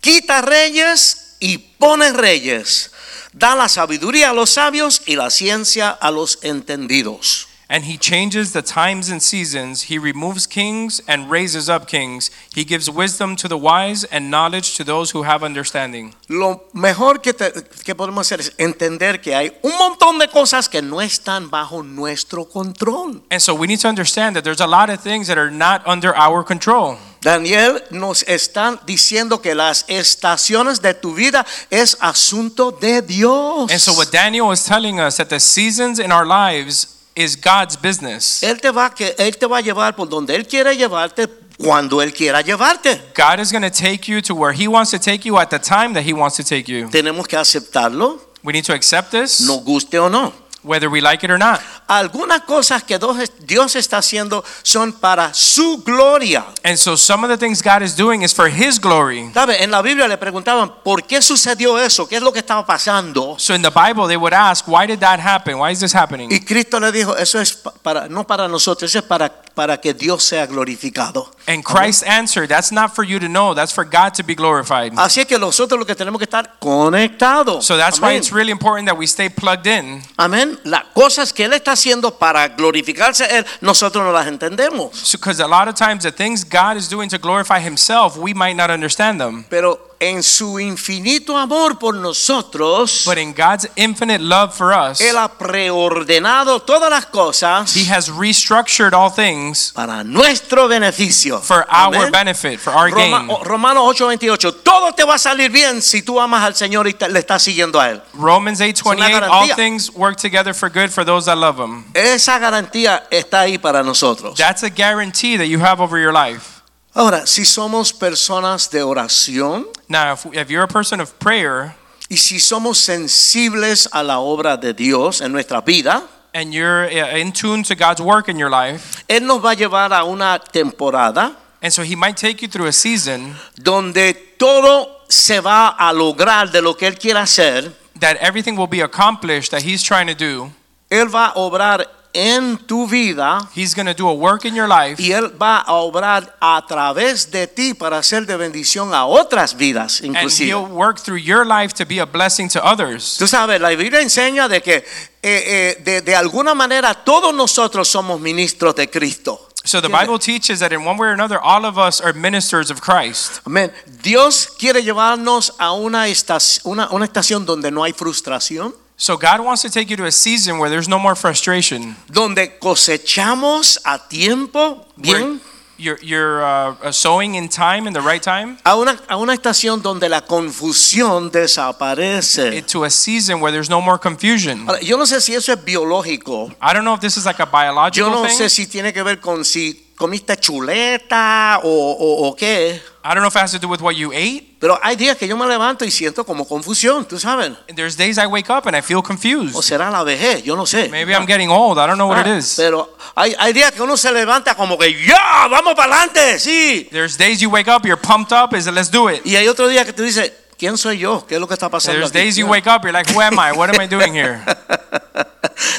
Speaker 2: quita reyes y pone reyes, da la sabiduría a los sabios y la ciencia a los entendidos.
Speaker 3: And he changes the times and seasons. He removes kings and raises up kings. He gives wisdom to the wise and knowledge to those who have understanding.
Speaker 2: Lo mejor que, te- que podemos hacer es entender que hay un montón de cosas que no están bajo nuestro control.
Speaker 3: And so we need to understand that there's a lot of things that are not under our control.
Speaker 2: Daniel nos están diciendo que las estaciones de tu vida es asunto de Dios.
Speaker 3: And so what Daniel is telling us that the seasons in our lives is God's business.
Speaker 2: Él te va a que él te va a llevar por donde él quiere llevarte cuando él quiera llevarte.
Speaker 3: God is going to take you to where he wants to take you at the time that he wants to take you.
Speaker 2: Tenemos que aceptarlo,
Speaker 3: We need to accept this
Speaker 2: nos guste o no.
Speaker 3: whether we like it or not.
Speaker 2: algunas cosas que Dios- Dios está haciendo son para su gloria.
Speaker 3: And so some of the things God is doing is for His glory.
Speaker 2: ¿Sabe? En la Biblia le preguntaban, ¿por qué sucedió eso? ¿Qué es lo que estaba pasando?
Speaker 3: So in the Bible, they would ask, why did that happen? Why is this happening?
Speaker 2: Y Cristo le dijo, eso es pa- para, no para nosotros, eso es para, para que Dios sea glorificado.
Speaker 3: And Christ answered, that's not for you to know, that's for God to be glorified.
Speaker 2: Así es que nosotros lo que tenemos que estar conectados.
Speaker 3: So that's why
Speaker 2: Amén.
Speaker 3: it's really important that we stay plugged in.
Speaker 2: Amén. Las cosas que Él está haciendo para glorificarse a Él, nosotros no las entendemos.
Speaker 3: Because a lot of times, the things God is doing to glorify Himself, we might not understand them.
Speaker 2: Pero en su infinito amor por nosotros,
Speaker 3: But in God's infinite love for us,
Speaker 2: Él ha preordenado todas las cosas
Speaker 3: He has restructured all things
Speaker 2: para nuestro beneficio.
Speaker 3: for our
Speaker 2: Amén.
Speaker 3: benefit, for our
Speaker 2: Roma-
Speaker 3: gain.
Speaker 2: o- Romanos 8:28, todo te va a salir bien si tú amas al Señor y te- le estás siguiendo a Él.
Speaker 3: Romans
Speaker 2: Es
Speaker 3: 8:28,
Speaker 2: una
Speaker 3: all
Speaker 2: garantía.
Speaker 3: things work together for good for those that love Him.
Speaker 2: Esa garantía está ahí para nosotros.
Speaker 3: That's a guarantee that you have over your life.
Speaker 2: Ahora, si somos personas de oración
Speaker 3: Now, if, if you're a person of prayer
Speaker 2: y si somos sensibles a la obra de Dios en nuestra vida,
Speaker 3: and you're uh, in tune to God's work in your life,
Speaker 2: Él nos va a llevar a una temporada
Speaker 3: and so He might take you through a season
Speaker 2: donde todo se va a lograr de lo que Él quiere hacer.
Speaker 3: that everything will be accomplished that He's trying to do.
Speaker 2: Él va a obrar en tu vida
Speaker 3: He's going to do a work in your life.
Speaker 2: y Él va a obrar a través de ti para ser de bendición a otras vidas,
Speaker 3: and
Speaker 2: inclusive.
Speaker 3: he'll work through your life to be a blessing to others.
Speaker 2: Tú sabes, la Biblia enseña de que eh, eh, de, de alguna manera todos nosotros somos ministros de Cristo.
Speaker 3: So the Bible teaches that in one way or another, all of us are ministers of Christ.
Speaker 2: Amén. Dios quiere llevarnos a una estación, una, una estación donde no hay frustración,
Speaker 3: So God wants to take you to a season where there's no more frustration,
Speaker 2: donde cosechamos a tiempo, bien,
Speaker 3: where you're, you're uh, uh, sowing in time, in the right time,
Speaker 2: a una, a una estación donde la confusión desaparece.
Speaker 3: it- to a season where there's no more confusion.
Speaker 2: Ahora, yo no sé si eso es biológico.
Speaker 3: I don't know if this is like a
Speaker 2: Yo
Speaker 3: biological
Speaker 2: no
Speaker 3: thing.
Speaker 2: sé si tiene que ver con si comiste chuleta o, o, o qué.
Speaker 3: I don't know if it has to do with what you ate.
Speaker 2: Pero hay días que yo me levanto y siento como confusión, tú sabes.
Speaker 3: There's days I wake up and I feel confused.
Speaker 2: O será la vejez, yo no sé.
Speaker 3: Maybe I'm getting old. I don't know what it
Speaker 2: Ah,
Speaker 3: is.
Speaker 2: Pero hay, hay días que uno se levanta como que ya, vamos para adelante, sí.
Speaker 3: There's days you wake up, you're pumped up, is it, let's do it.
Speaker 2: Y hay otro día que tú dices, ¿quién soy yo? ¿Qué es lo que está pasando?
Speaker 3: There's
Speaker 2: aquí?"
Speaker 3: days you wake up, you're like, who am I? What am I doing here?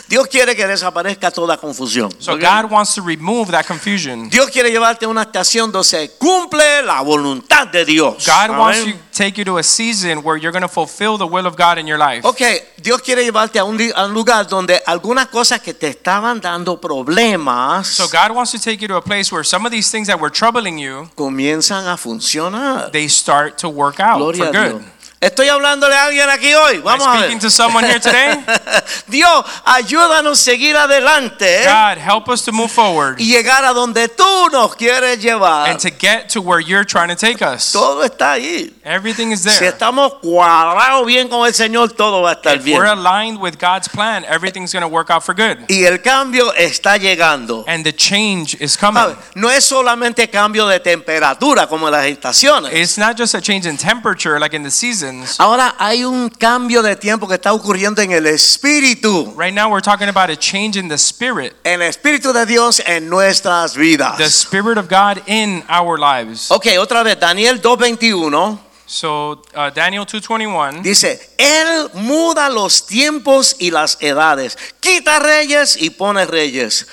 Speaker 2: Dios quiere que desaparezca toda confusión.
Speaker 3: So
Speaker 2: ¿ok?
Speaker 3: God wants to remove that confusion.
Speaker 2: Dios quiere llevarte a una estación donde se cumple la voluntad de Dios.
Speaker 3: God wants
Speaker 2: Amén.
Speaker 3: you take you to a season where you're going to fulfill the will of God in your life.
Speaker 2: Ok, Dios quiere llevarte a un, di- a un lugar donde algunas cosas que te estaban dando problemas
Speaker 3: So God wants to take you to a place where some of these things that were troubling you,
Speaker 2: comienzan a funcionar.
Speaker 3: they start to work out
Speaker 2: Gloria
Speaker 3: for
Speaker 2: a Dios.
Speaker 3: good.
Speaker 2: Estoy hablándole a alguien aquí hoy.
Speaker 3: Am
Speaker 2: Vamos
Speaker 3: I
Speaker 2: a ver.
Speaker 3: speaking to someone here today?
Speaker 2: Dios, ayúdanos a seguir adelante ¿eh?
Speaker 3: God, help us to move forward
Speaker 2: y llegar a donde tú nos quieres llevar.
Speaker 3: and to get to where you're trying to take us.
Speaker 2: Todo está ahí.
Speaker 3: Everything is
Speaker 2: Si
Speaker 3: there.
Speaker 2: estamos cuadrados bien con el Señor, todo va a estar
Speaker 3: If we're
Speaker 2: bien.
Speaker 3: aligned with God's plan, everything's going to work out for good.
Speaker 2: Y el cambio está llegando.
Speaker 3: And the change is
Speaker 2: ¿Sabe?
Speaker 3: coming.
Speaker 2: No es solamente cambio de temperatura como en las estaciones.
Speaker 3: It's not just a change in temperature like in the seasons.
Speaker 2: Ahora hay un cambio de tiempo que está ocurriendo en el espíritu.
Speaker 3: Right now, we're talking about a change in the spirit.
Speaker 2: En el espíritu de Dios en nuestras vidas.
Speaker 3: the spirit of God in our lives.
Speaker 2: Ok, otra vez, Daniel 2.21
Speaker 3: So uh, Daniel 2:21
Speaker 2: dice, Él muda los tiempos y las edades, quita reyes y pone reyes,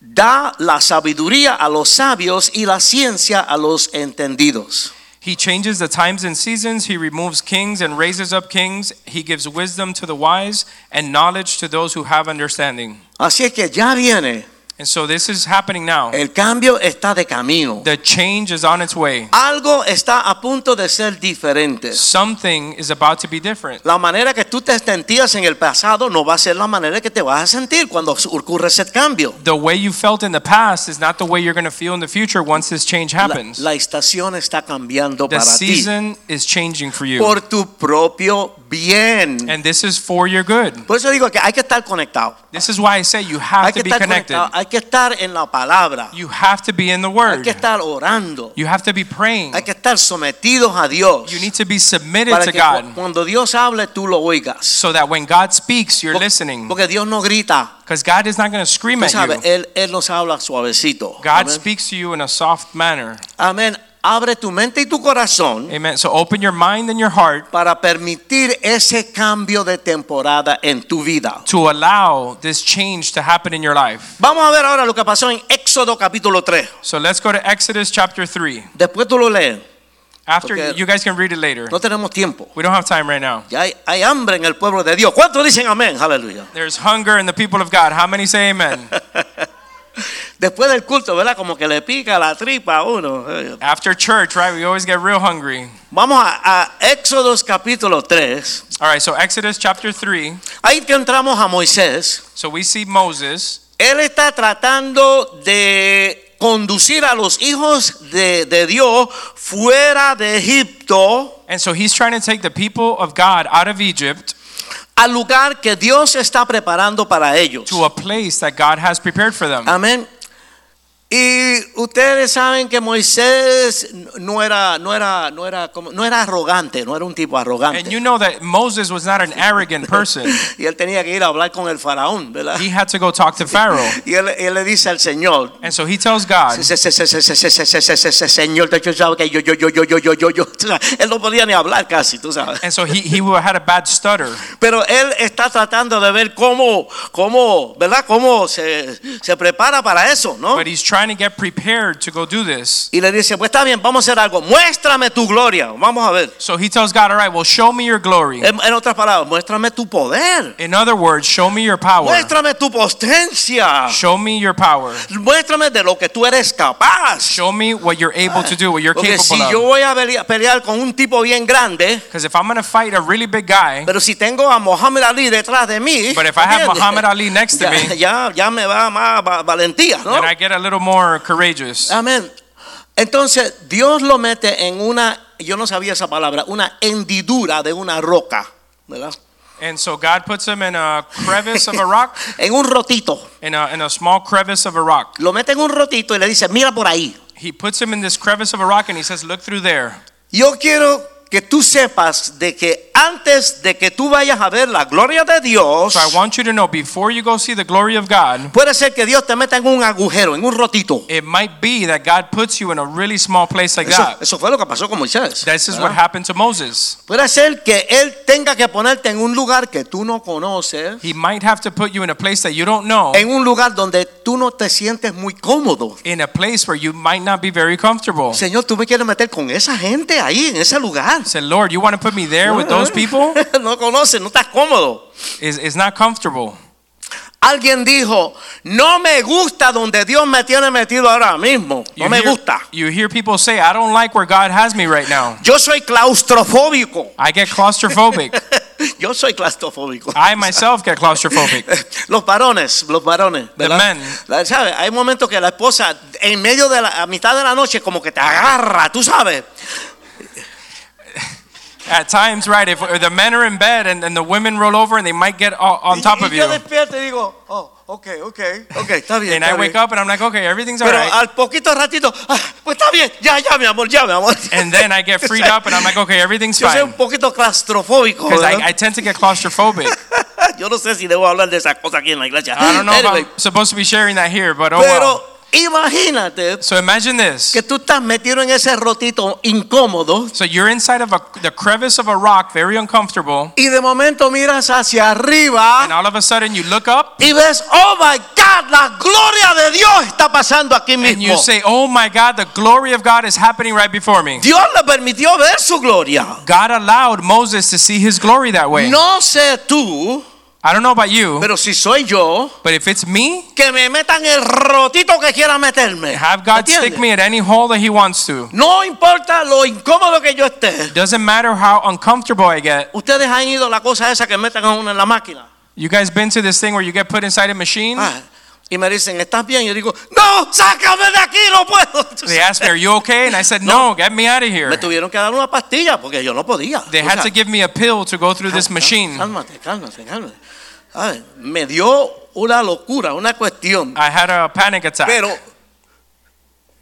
Speaker 2: da la sabiduría a los sabios y la ciencia a los entendidos.
Speaker 3: he changes the times and seasons, he removes kings and raises up kings, he gives wisdom to the wise and knowledge to those who have understanding.
Speaker 2: Así es que ya viene,
Speaker 3: And so this is happening now.
Speaker 2: el cambio está de camino.
Speaker 3: The change is on its way.
Speaker 2: Algo está a punto de ser diferente.
Speaker 3: Something is about to be different.
Speaker 2: La manera que tú te sentías en el pasado no va a ser la manera que te vas a sentir cuando ocurre ese cambio.
Speaker 3: The way you felt in the past is not the way you're going to feel in the future once this change
Speaker 2: La,
Speaker 3: happens.
Speaker 2: la estación está cambiando
Speaker 3: the
Speaker 2: para ti.
Speaker 3: season is changing for you.
Speaker 2: por tu propio bien.
Speaker 3: And this is for your good.
Speaker 2: Por eso digo que hay que estar conectado.
Speaker 3: This is why I say you have
Speaker 2: Hay que
Speaker 3: to be
Speaker 2: estar
Speaker 3: connected.
Speaker 2: conectado, hay que estar en la palabra.
Speaker 3: You have to be in the
Speaker 2: Hay
Speaker 3: Word.
Speaker 2: que estar orando.
Speaker 3: You have to be praying.
Speaker 2: Hay que estar sometidos a Dios.
Speaker 3: You need to be submitted
Speaker 2: Para
Speaker 3: to
Speaker 2: que cu-
Speaker 3: God
Speaker 2: cuando Dios hable, tú lo oigas.
Speaker 3: so that when God speaks, you're
Speaker 2: Po-
Speaker 3: listening.
Speaker 2: Porque Dios no grita.
Speaker 3: Because God is not going to scream
Speaker 2: Tú
Speaker 3: at
Speaker 2: sabes,
Speaker 3: you.
Speaker 2: él, él nos habla suavecito.
Speaker 3: God
Speaker 2: Amén.
Speaker 3: speaks to you in a soft manner.
Speaker 2: Amén. Abre tu mente y tu corazón
Speaker 3: Amen. So open your mind and your heart
Speaker 2: para permitir ese cambio de temporada en tu vida.
Speaker 3: to allow this change to happen in your life.
Speaker 2: Vamos a ver ahora lo que pasó en Éxodo capítulo 3.
Speaker 3: So let's go to Exodus chapter 3.
Speaker 2: Después tú lo lees.
Speaker 3: After
Speaker 2: Okay.
Speaker 3: you guys can read it later.
Speaker 2: No tenemos tiempo.
Speaker 3: We don't have time right now.
Speaker 2: Ya hay, hay hambre en el pueblo de Dios. ¿Cuántos dicen amén? Aleluya.
Speaker 3: There's hunger in the people of God. How many say amen?
Speaker 2: Después del culto, ¿verdad? Como que le pica la tripa a uno.
Speaker 3: After church, right? We always get real hungry.
Speaker 2: Vamos a, a Éxodos capítulo 3.
Speaker 3: All right, so Exodus chapter 3.
Speaker 2: Ahí que entramos a Moisés.
Speaker 3: So we see Moses.
Speaker 2: Él está tratando de conducir a los hijos de, de Dios fuera de Egipto
Speaker 3: And so he's trying to take the people of God out of Egypt
Speaker 2: al lugar que Dios está preparando para ellos.
Speaker 3: to a place that God has prepared for them.
Speaker 2: Amén. Y ustedes saben que Moisés no era, no era, no era, como- no era arrogante, no era un tipo
Speaker 3: And
Speaker 2: arrogante.
Speaker 3: you know that Moses was not an arrogant person.
Speaker 2: Y él tenía que ir a hablar con el faraón, ¿verdad?
Speaker 3: He had to go talk to Pharaoh.
Speaker 2: Y él, él le dice al Señor,
Speaker 3: And so he tells God,
Speaker 2: "Se- se- se- se- se- se- se- se- se- se- se- Señor, yo sabes que yo, yo, yo, yo, yo, yo, yo, yo. O sea, Él no podía ni hablar casi, tú sabes.
Speaker 3: and so he, he had a bad stutter.
Speaker 2: Pero él está tratando de ver cómo, cómo, ¿verdad? Cómo se, se prepara para eso, ¿no?
Speaker 3: But he's trying to get prepared to go do this.
Speaker 2: Y le dice, pues está bien, vamos a hacer algo. Muéstrame tu gloria. Vamos a ver.
Speaker 3: So he tells God, All right, well, show me your glory.
Speaker 2: En, en otras palabras, muéstrame tu poder.
Speaker 3: In other words, show me your power.
Speaker 2: Muéstrame tu potencia.
Speaker 3: Show me your power.
Speaker 2: Muéstrame de lo que tú eres capaz.
Speaker 3: Show me what you're able to do, what you're
Speaker 2: Porque si
Speaker 3: capable
Speaker 2: yo
Speaker 3: of.
Speaker 2: voy a pelea- pelear con un tipo bien grande,
Speaker 3: Because if I'm going to fight a really big guy,
Speaker 2: pero si tengo a Mohamed Ali detrás de mí,
Speaker 3: But if I have
Speaker 2: ¿entiendes?
Speaker 3: Muhammad Ali next to
Speaker 2: ya,
Speaker 3: me-
Speaker 2: ya, ya me va más va- valentía, ¿no? Uh.
Speaker 3: then I get a little more courageous.
Speaker 2: Amén. Entonces Dios lo mete en una, yo no sabía esa palabra, una hendidura de una roca, ¿verdad?
Speaker 3: And so God puts him in a crevice of a rock,
Speaker 2: En un rotito.
Speaker 3: in a, in a small crevice of a rock.
Speaker 2: Lo mete en un rotito y le dice, mira por ahí.
Speaker 3: He puts him in this crevice of a rock and he says, Look through there.
Speaker 2: Yo quiero que tú sepas de que antes de que tú vayas a ver la gloria de Dios,
Speaker 3: So I want you to know before you go see the glory of God,
Speaker 2: puede ser que Dios te meta en un agujero, en un rotito.
Speaker 3: it might be that God puts you in a really small place like
Speaker 2: Eso, Ah.
Speaker 3: that.
Speaker 2: eso fue lo que pasó con Moisés.
Speaker 3: This is what
Speaker 2: ¿verdad?
Speaker 3: happened to Moses.
Speaker 2: Puede ser que Él tenga que ponerte en un lugar que tú no conoces,
Speaker 3: He might have to put you in a place that you don't know,
Speaker 2: en un lugar donde tú no te sientes muy cómodo.
Speaker 3: in a place where you might not be very comfortable.
Speaker 2: Señor, tú me quieres meter con esa gente ahí, en ese lugar.
Speaker 3: Say, Lord, you want to put me there with those people?
Speaker 2: no conoces, no estás cómodo.
Speaker 3: Is it's not comfortable.
Speaker 2: Alguien dijo, no me gusta donde Dios me tiene metido ahora mismo. No me
Speaker 3: hear,
Speaker 2: gusta.
Speaker 3: you hear people say, I don't like where God has me right now.
Speaker 2: Yo soy claustrofóbico.
Speaker 3: I get claustrophobic.
Speaker 2: Yo soy claustrofóbico.
Speaker 3: I myself get claustrophobic.
Speaker 2: Los varones, los varones. ¿verdad?
Speaker 3: men.
Speaker 2: La- ¿Sabes? Hay momentos que la esposa, en medio de la a mitad de la noche, como que te agarra, tú sabes.
Speaker 3: At times, right, if the men are in bed and, and the women roll over and they might get o- on
Speaker 2: Y-
Speaker 3: top
Speaker 2: y
Speaker 3: of you.
Speaker 2: yo despierto y digo, oh, ok, ok, ok, está bien.
Speaker 3: And
Speaker 2: está bien.
Speaker 3: I wake up and I'm like, okay, everything's all
Speaker 2: Pero
Speaker 3: right.
Speaker 2: al poquito ratito, "Ah, pues está bien, ya, ya, mi amor, ya, mi amor.
Speaker 3: And then I get freed up and I'm like, okay, everything's
Speaker 2: Yo soy un
Speaker 3: fine.
Speaker 2: poquito claustrofóbico.
Speaker 3: Because I,
Speaker 2: ¿verdad?
Speaker 3: I tend to get claustrophobic.
Speaker 2: yo no sé si debo hablar de esas cosas aquí en la iglesia.
Speaker 3: I don't know if
Speaker 2: Anyway,
Speaker 3: I'm supposed to be sharing that here, but oh well.
Speaker 2: pero imagínate
Speaker 3: So imagine this.
Speaker 2: que tú estás metido en ese rotito incómodo
Speaker 3: So you're inside of a, the crevice of a rock, very uncomfortable,
Speaker 2: y de momento miras hacia
Speaker 3: and
Speaker 2: arriba
Speaker 3: all of a sudden you look up
Speaker 2: y ves, oh my God, la gloria de Dios está pasando aquí
Speaker 3: and you
Speaker 2: mismo.
Speaker 3: say, "Oh my God, the glory of God is happening right before me."
Speaker 2: Dios le permitió ver su gloria.
Speaker 3: God allowed Moses to see His glory that way.
Speaker 2: No sé tú,
Speaker 3: I don't know about you,
Speaker 2: pero si soy yo,
Speaker 3: but if it's me,
Speaker 2: que me metan el rotito que quiera meterme.
Speaker 3: have God
Speaker 2: ¿Entiendes?
Speaker 3: stick me at any hole that He wants to.
Speaker 2: No importa lo incómodo que yo esté.
Speaker 3: Doesn't matter how uncomfortable I get.
Speaker 2: Ustedes han ido a la cosa esa que meten a uno en la máquina.
Speaker 3: You guys been to this thing where you get put inside a machine?
Speaker 2: Ah, y me dicen, ¿estás bien? Yo digo, no, sácame de aquí, no puedo. Tú
Speaker 3: They
Speaker 2: sabes.
Speaker 3: asked me, "Are you okay?" And I said, "No, get me out of here."
Speaker 2: Me tuvieron que dar una pastilla porque yo no podía.
Speaker 3: They
Speaker 2: Tú
Speaker 3: had
Speaker 2: sabes.
Speaker 3: to give me a pill to go through this
Speaker 2: Cal-
Speaker 3: machine.
Speaker 2: Cálmate, cálmate, cálmate. Ay, me dio una locura, una cuestión.
Speaker 3: I had a panic attack.
Speaker 2: Pero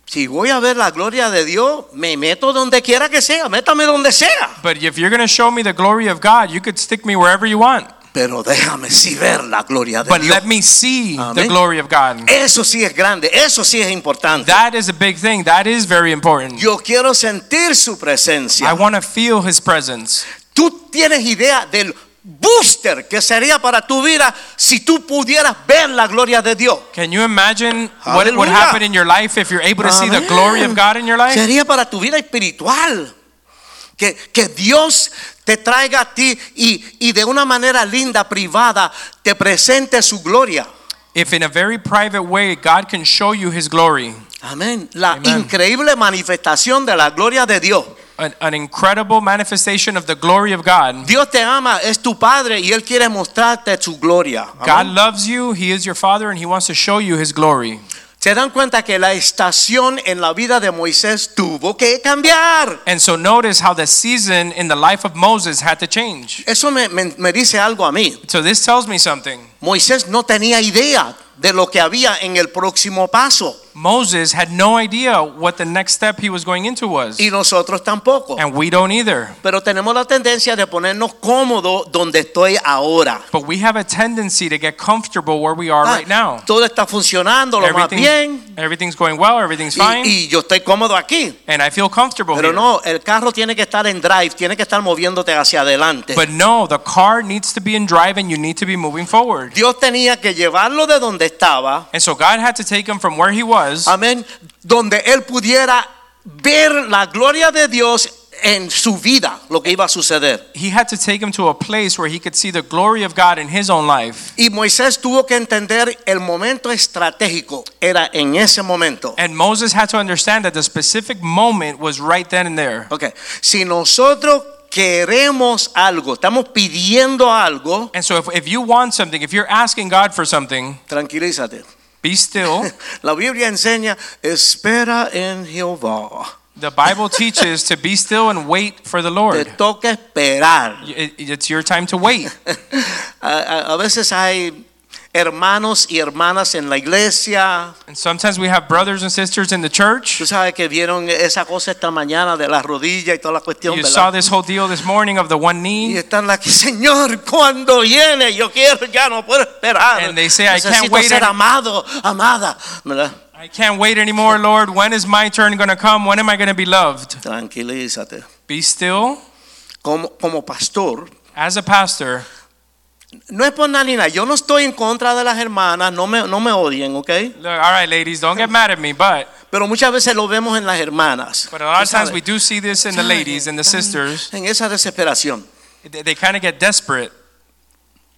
Speaker 2: si voy a ver la gloria de Dios, me meto donde quiera que sea, métame donde sea.
Speaker 3: but if you're going to show me the glory of God, you could stick me wherever you want.
Speaker 2: Pero déjame sí ver la gloria de
Speaker 3: But
Speaker 2: Dios.
Speaker 3: let me see the
Speaker 2: Amén.
Speaker 3: glory of God.
Speaker 2: Eso sí es grande, eso sí es importante.
Speaker 3: That is a big thing. That is very important.
Speaker 2: Yo quiero sentir su
Speaker 3: I
Speaker 2: presencia.
Speaker 3: want to feel his presence.
Speaker 2: Tú tienes idea del booster que sería para tu vida si tú pudieras ver la gloria de Dios.
Speaker 3: Can you imagine what would
Speaker 2: Hallelujah.
Speaker 3: happen in your life if you're able to see the
Speaker 2: Amén.
Speaker 3: glory of God in your life?
Speaker 2: Ah. Sería para tu vida espiritual. Que, que Dios te traiga a ti y, y de una manera linda, privada, te presente su gloria.
Speaker 3: If in a very private way God can show you his glory,
Speaker 2: Amén. La
Speaker 3: Amen.
Speaker 2: increíble manifestación de la gloria de Dios.
Speaker 3: an, an incredible manifestation of the glory of God.
Speaker 2: Dios te ama, es tu Padre y Él quiere mostrarte su gloria.
Speaker 3: God
Speaker 2: Amén.
Speaker 3: loves you, he is your father, and he wants to show you his glory.
Speaker 2: Se dan cuenta que la estación en la vida de Moisés tuvo que cambiar.
Speaker 3: And so notice how the season in the life of Moses had to change.
Speaker 2: Eso me, me- me dice algo a mí.
Speaker 3: So this tells me something.
Speaker 2: Moisés no tenía idea de lo que había en el próximo paso
Speaker 3: Moses had no idea what the next step he was going into was.
Speaker 2: y nosotros tampoco.
Speaker 3: And we don't either.
Speaker 2: Pero tenemos la tendencia de ponernos cómodos donde estoy ahora.
Speaker 3: But we have a tendency to get comfortable where we are
Speaker 2: Ah,
Speaker 3: right now.
Speaker 2: Todo está funcionando lo más
Speaker 3: Everything-
Speaker 2: bien
Speaker 3: everything's going well, everything's
Speaker 2: y,
Speaker 3: fine,
Speaker 2: y yo estoy cómodo aquí.
Speaker 3: and I feel comfortable
Speaker 2: Pero
Speaker 3: here.
Speaker 2: no, el carro tiene que estar en drive, tiene que estar moviéndote hacia adelante.
Speaker 3: But no, the car needs to be in drive and you need to be moving forward.
Speaker 2: Dios tenía que llevarlo de donde estaba
Speaker 3: And so God had to take him from where he was
Speaker 2: Amén. Donde él pudiera ver la gloria de Dios en su vida, lo que iba a suceder.
Speaker 3: he had to take him to a place where he could see the glory of God in his own life.
Speaker 2: Y Moisés tuvo que entender el momento estratégico, era en ese momento.
Speaker 3: And Moses had to understand that the specific moment was right then and there.
Speaker 2: Ok, si nosotros queremos algo, estamos pidiendo algo,
Speaker 3: And so if, if you want something, if you're asking God for something,
Speaker 2: tranquilízate.
Speaker 3: be still.
Speaker 2: La Biblia enseña, espera en Jehová.
Speaker 3: The Bible teaches to be still and wait for the
Speaker 2: Te
Speaker 3: Lord.
Speaker 2: toca esperar.
Speaker 3: It- it's your time to wait.
Speaker 2: A- a- a veces hay hermanos y hermanas en la iglesia,
Speaker 3: And sometimes we have brothers and sisters in the church.
Speaker 2: Tú sabes que vieron esa cosa esta mañana de las rodillas y toda la cuestión,
Speaker 3: You
Speaker 2: ¿verdad?
Speaker 3: saw this whole deal this morning of the one
Speaker 2: y
Speaker 3: knee.
Speaker 2: están aquí, Señor, cuando viene, yo quiero, ya no puedo esperar.
Speaker 3: And they say, "I
Speaker 2: Necesito
Speaker 3: can't wait
Speaker 2: ser
Speaker 3: any-"
Speaker 2: amado, amada. ¿verdad?
Speaker 3: I can't wait anymore, Lord. When is my turn going to come? When am I going to be loved?
Speaker 2: Tranquilízate.
Speaker 3: Be still.
Speaker 2: Como, como pastor,
Speaker 3: As a pastor,
Speaker 2: no es por nada ni nada. Yo no estoy en contra de las hermanas, no me, no me odien, ¿ok?
Speaker 3: look, all right, ladies, don't get mad at me, but
Speaker 2: Pero muchas veces lo vemos en las hermanas.
Speaker 3: but a lot of
Speaker 2: Tú
Speaker 3: times
Speaker 2: sabes,
Speaker 3: we do see this in the ladies and the sisters.
Speaker 2: En esa desesperación.
Speaker 3: They, they kind of get desperate.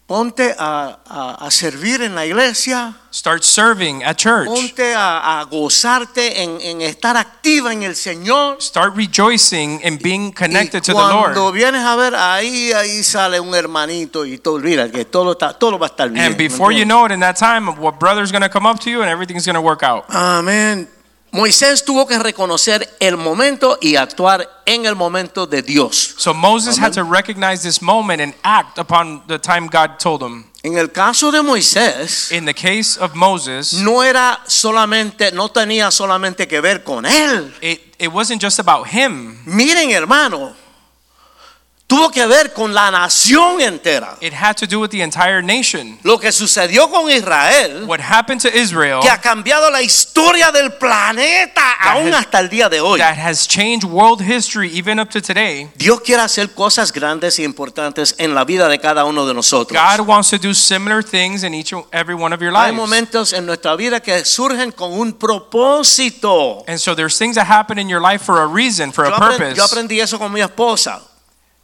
Speaker 2: Ponte a, a- a servir en la iglesia.
Speaker 3: Start serving at church.
Speaker 2: Ponte a, a gozarte en, en estar activa en el Señor.
Speaker 3: Start rejoicing and being connected to
Speaker 2: y
Speaker 3: the
Speaker 2: cuando
Speaker 3: Lord.
Speaker 2: vienes a ver ahí, ahí sale un hermanito y todo, mira que todo está, todo va a estar bien.
Speaker 3: And before you
Speaker 2: ¿me entiendes?
Speaker 3: know it, in that time, what brother's going to come up to you and everything's going to work out.
Speaker 2: Amén. Moisés tuvo que reconocer el momento y actuar en el momento de Dios.
Speaker 3: So Moses had to recognize this moment and act upon the time God told him.
Speaker 2: En el caso de Moisés,
Speaker 3: In the case of Moses,
Speaker 2: no era solamente, no tenía solamente que ver con él.
Speaker 3: it, it wasn't just about him.
Speaker 2: Miren, hermano, tuvo que ver con la nación entera.
Speaker 3: It had to do with the entire nation.
Speaker 2: Lo que sucedió con Israel,
Speaker 3: What happened to Israel
Speaker 2: que ha cambiado la historia del planeta,
Speaker 3: That
Speaker 2: aún
Speaker 3: has-
Speaker 2: hasta el día de hoy.
Speaker 3: that has changed world history even up to today.
Speaker 2: Dios quiere hacer cosas grandes e importantes en la vida de cada uno de nosotros.
Speaker 3: God wants to do similar things in each and every one of your
Speaker 2: Hay
Speaker 3: lives.
Speaker 2: momentos en nuestra vida que surgen con un propósito.
Speaker 3: And so there's things that happen in your life for a reason, for
Speaker 2: Yo
Speaker 3: a
Speaker 2: apren-
Speaker 3: purpose.
Speaker 2: yo aprendí eso con mi esposa.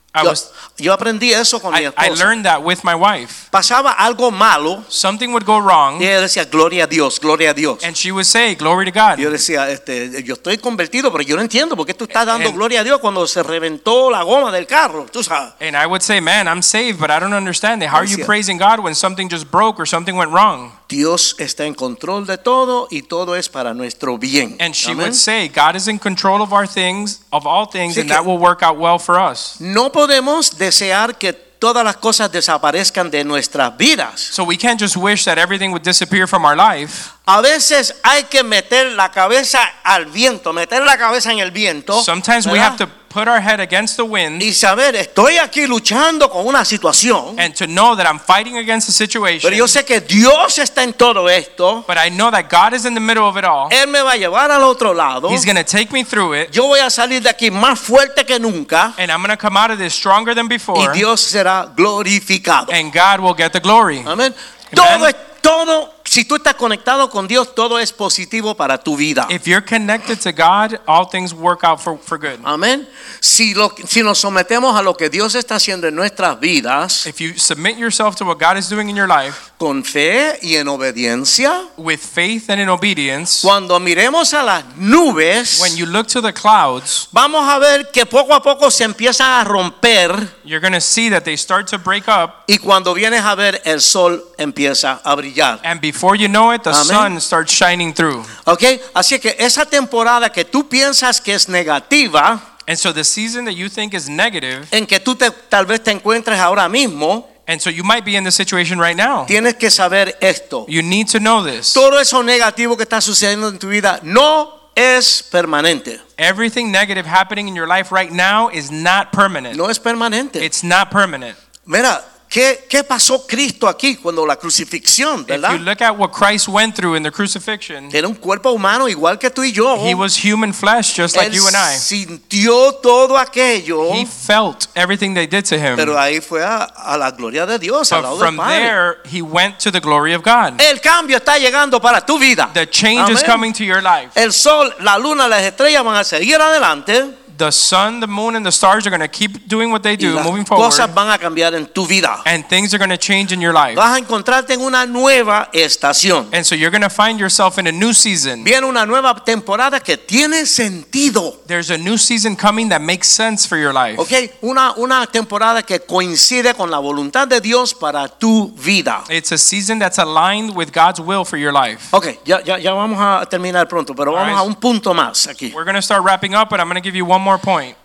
Speaker 3: I
Speaker 2: Yo,
Speaker 3: was
Speaker 2: yo aprendí eso con mi
Speaker 3: I, I
Speaker 2: esposa.
Speaker 3: learned that with my wife.
Speaker 2: Pasaba algo malo
Speaker 3: Something would go
Speaker 2: y
Speaker 3: wrong
Speaker 2: ella decía, gloria a Dios, gloria a Dios.
Speaker 3: and she would say, Glory to God.
Speaker 2: Y Yo decía, este, yo estoy convertido, pero yo no entiendo por qué tú estás dando
Speaker 3: And-
Speaker 2: gloria a Dios cuando se reventó la goma del carro, tú sabes.
Speaker 3: And I would say, man, I'm saved, but I don't understand it. How are you
Speaker 2: Gracias.
Speaker 3: praising God when something just broke or something went wrong?
Speaker 2: Dios está en control de todo y todo es para nuestro bien.
Speaker 3: And she
Speaker 2: Amén.
Speaker 3: would say, God is in control of our things, of all things,
Speaker 2: Así
Speaker 3: and
Speaker 2: que-
Speaker 3: that will work out well for us.
Speaker 2: No podemos desear que todas las cosas desaparezcan de nuestras vidas.
Speaker 3: So we can't just wish that everything would disappear from our life.
Speaker 2: A veces hay que meter la cabeza al viento, meter la cabeza en el viento.
Speaker 3: Sometimes we
Speaker 2: ¿verdad?
Speaker 3: have to put our head against the wind
Speaker 2: y saber, estoy aquí luchando con una situación,
Speaker 3: and to know that I'm fighting against the situation.
Speaker 2: pero yo sé que Dios está en todo esto.
Speaker 3: But I know that God is in the middle of it all.
Speaker 2: Él me va a llevar al otro lado.
Speaker 3: He's going to take me through it,
Speaker 2: Yo voy a salir de aquí más fuerte que nunca
Speaker 3: and I'm going to come out of this stronger than
Speaker 2: y
Speaker 3: before,
Speaker 2: Dios será glorificado.
Speaker 3: and God will get the glory.
Speaker 2: Amén.
Speaker 3: Amen.
Speaker 2: Todo es todo. Si tú estás conectado con Dios, todo es positivo para tu vida.
Speaker 3: If you're connected to God, all things work out for, for good.
Speaker 2: Amén. Si, lo- si nos sometemos a lo que Dios está haciendo en nuestras vidas,
Speaker 3: If you submit yourself to what God is doing in your life
Speaker 2: con fe y en obediencia,
Speaker 3: with faith and in obedience,
Speaker 2: cuando miremos a las nubes,
Speaker 3: when you look to the clouds,
Speaker 2: vamos a ver que poco a poco se empiezan a romper
Speaker 3: you're going to see that they start to break up,
Speaker 2: y cuando vienes a ver el sol empieza a brillar.
Speaker 3: and before you know it, the
Speaker 2: Amen.
Speaker 3: sun starts shining through.
Speaker 2: ¿Ok? Así que esa temporada que tú piensas que es negativa,
Speaker 3: And so the season that you think is negative,
Speaker 2: en que tú te- tal vez te encuentres ahora mismo,
Speaker 3: and so you might be in this situation right now.
Speaker 2: Tienes que saber esto.
Speaker 3: You need to know this.
Speaker 2: Todo eso negativo que está sucediendo en tu vida no es permanente.
Speaker 3: Everything negative happening in your life right now is not permanent.
Speaker 2: No es permanente.
Speaker 3: It's not permanent.
Speaker 2: Mira, ¿qué, qué pasó Cristo aquí cuando la crucifixión,
Speaker 3: If you
Speaker 2: verdad?
Speaker 3: look at what Christ went through in the crucifixion,
Speaker 2: Era un cuerpo humano igual que tú y yo.
Speaker 3: he was human flesh just like
Speaker 2: Él
Speaker 3: you and I.
Speaker 2: sintió todo aquello,
Speaker 3: He felt everything they did to him.
Speaker 2: pero ahí fue a, a la gloria de Dios, al
Speaker 3: But
Speaker 2: lado del
Speaker 3: from
Speaker 2: Padre.
Speaker 3: there, he went to the glory of God.
Speaker 2: El cambio está llegando para tu vida.
Speaker 3: The change is
Speaker 2: Amén.
Speaker 3: coming to your life.
Speaker 2: El sol, la luna, las estrellas van a seguir adelante
Speaker 3: The sun, the moon, and the stars are going to keep doing what they
Speaker 2: y
Speaker 3: do,
Speaker 2: las
Speaker 3: moving forward,
Speaker 2: cosas van a cambiar en tu vida.
Speaker 3: and things are going to change in your life.
Speaker 2: vas a encontrarte en una nueva estación.
Speaker 3: And so you're going to find yourself in a new season.
Speaker 2: Viene una nueva temporada que tiene sentido,
Speaker 3: There's a new season coming that makes sense for your life.
Speaker 2: ¿ok? Una, una temporada que coincide con la voluntad de Dios para tu vida.
Speaker 3: It's a season that's aligned with God's will for your life.
Speaker 2: Ok, ya, ya, ya vamos a terminar pronto, pero vamos
Speaker 3: Alright.
Speaker 2: a un punto más aquí.
Speaker 3: We're going to start wrapping up, but I'm going to give you one more point.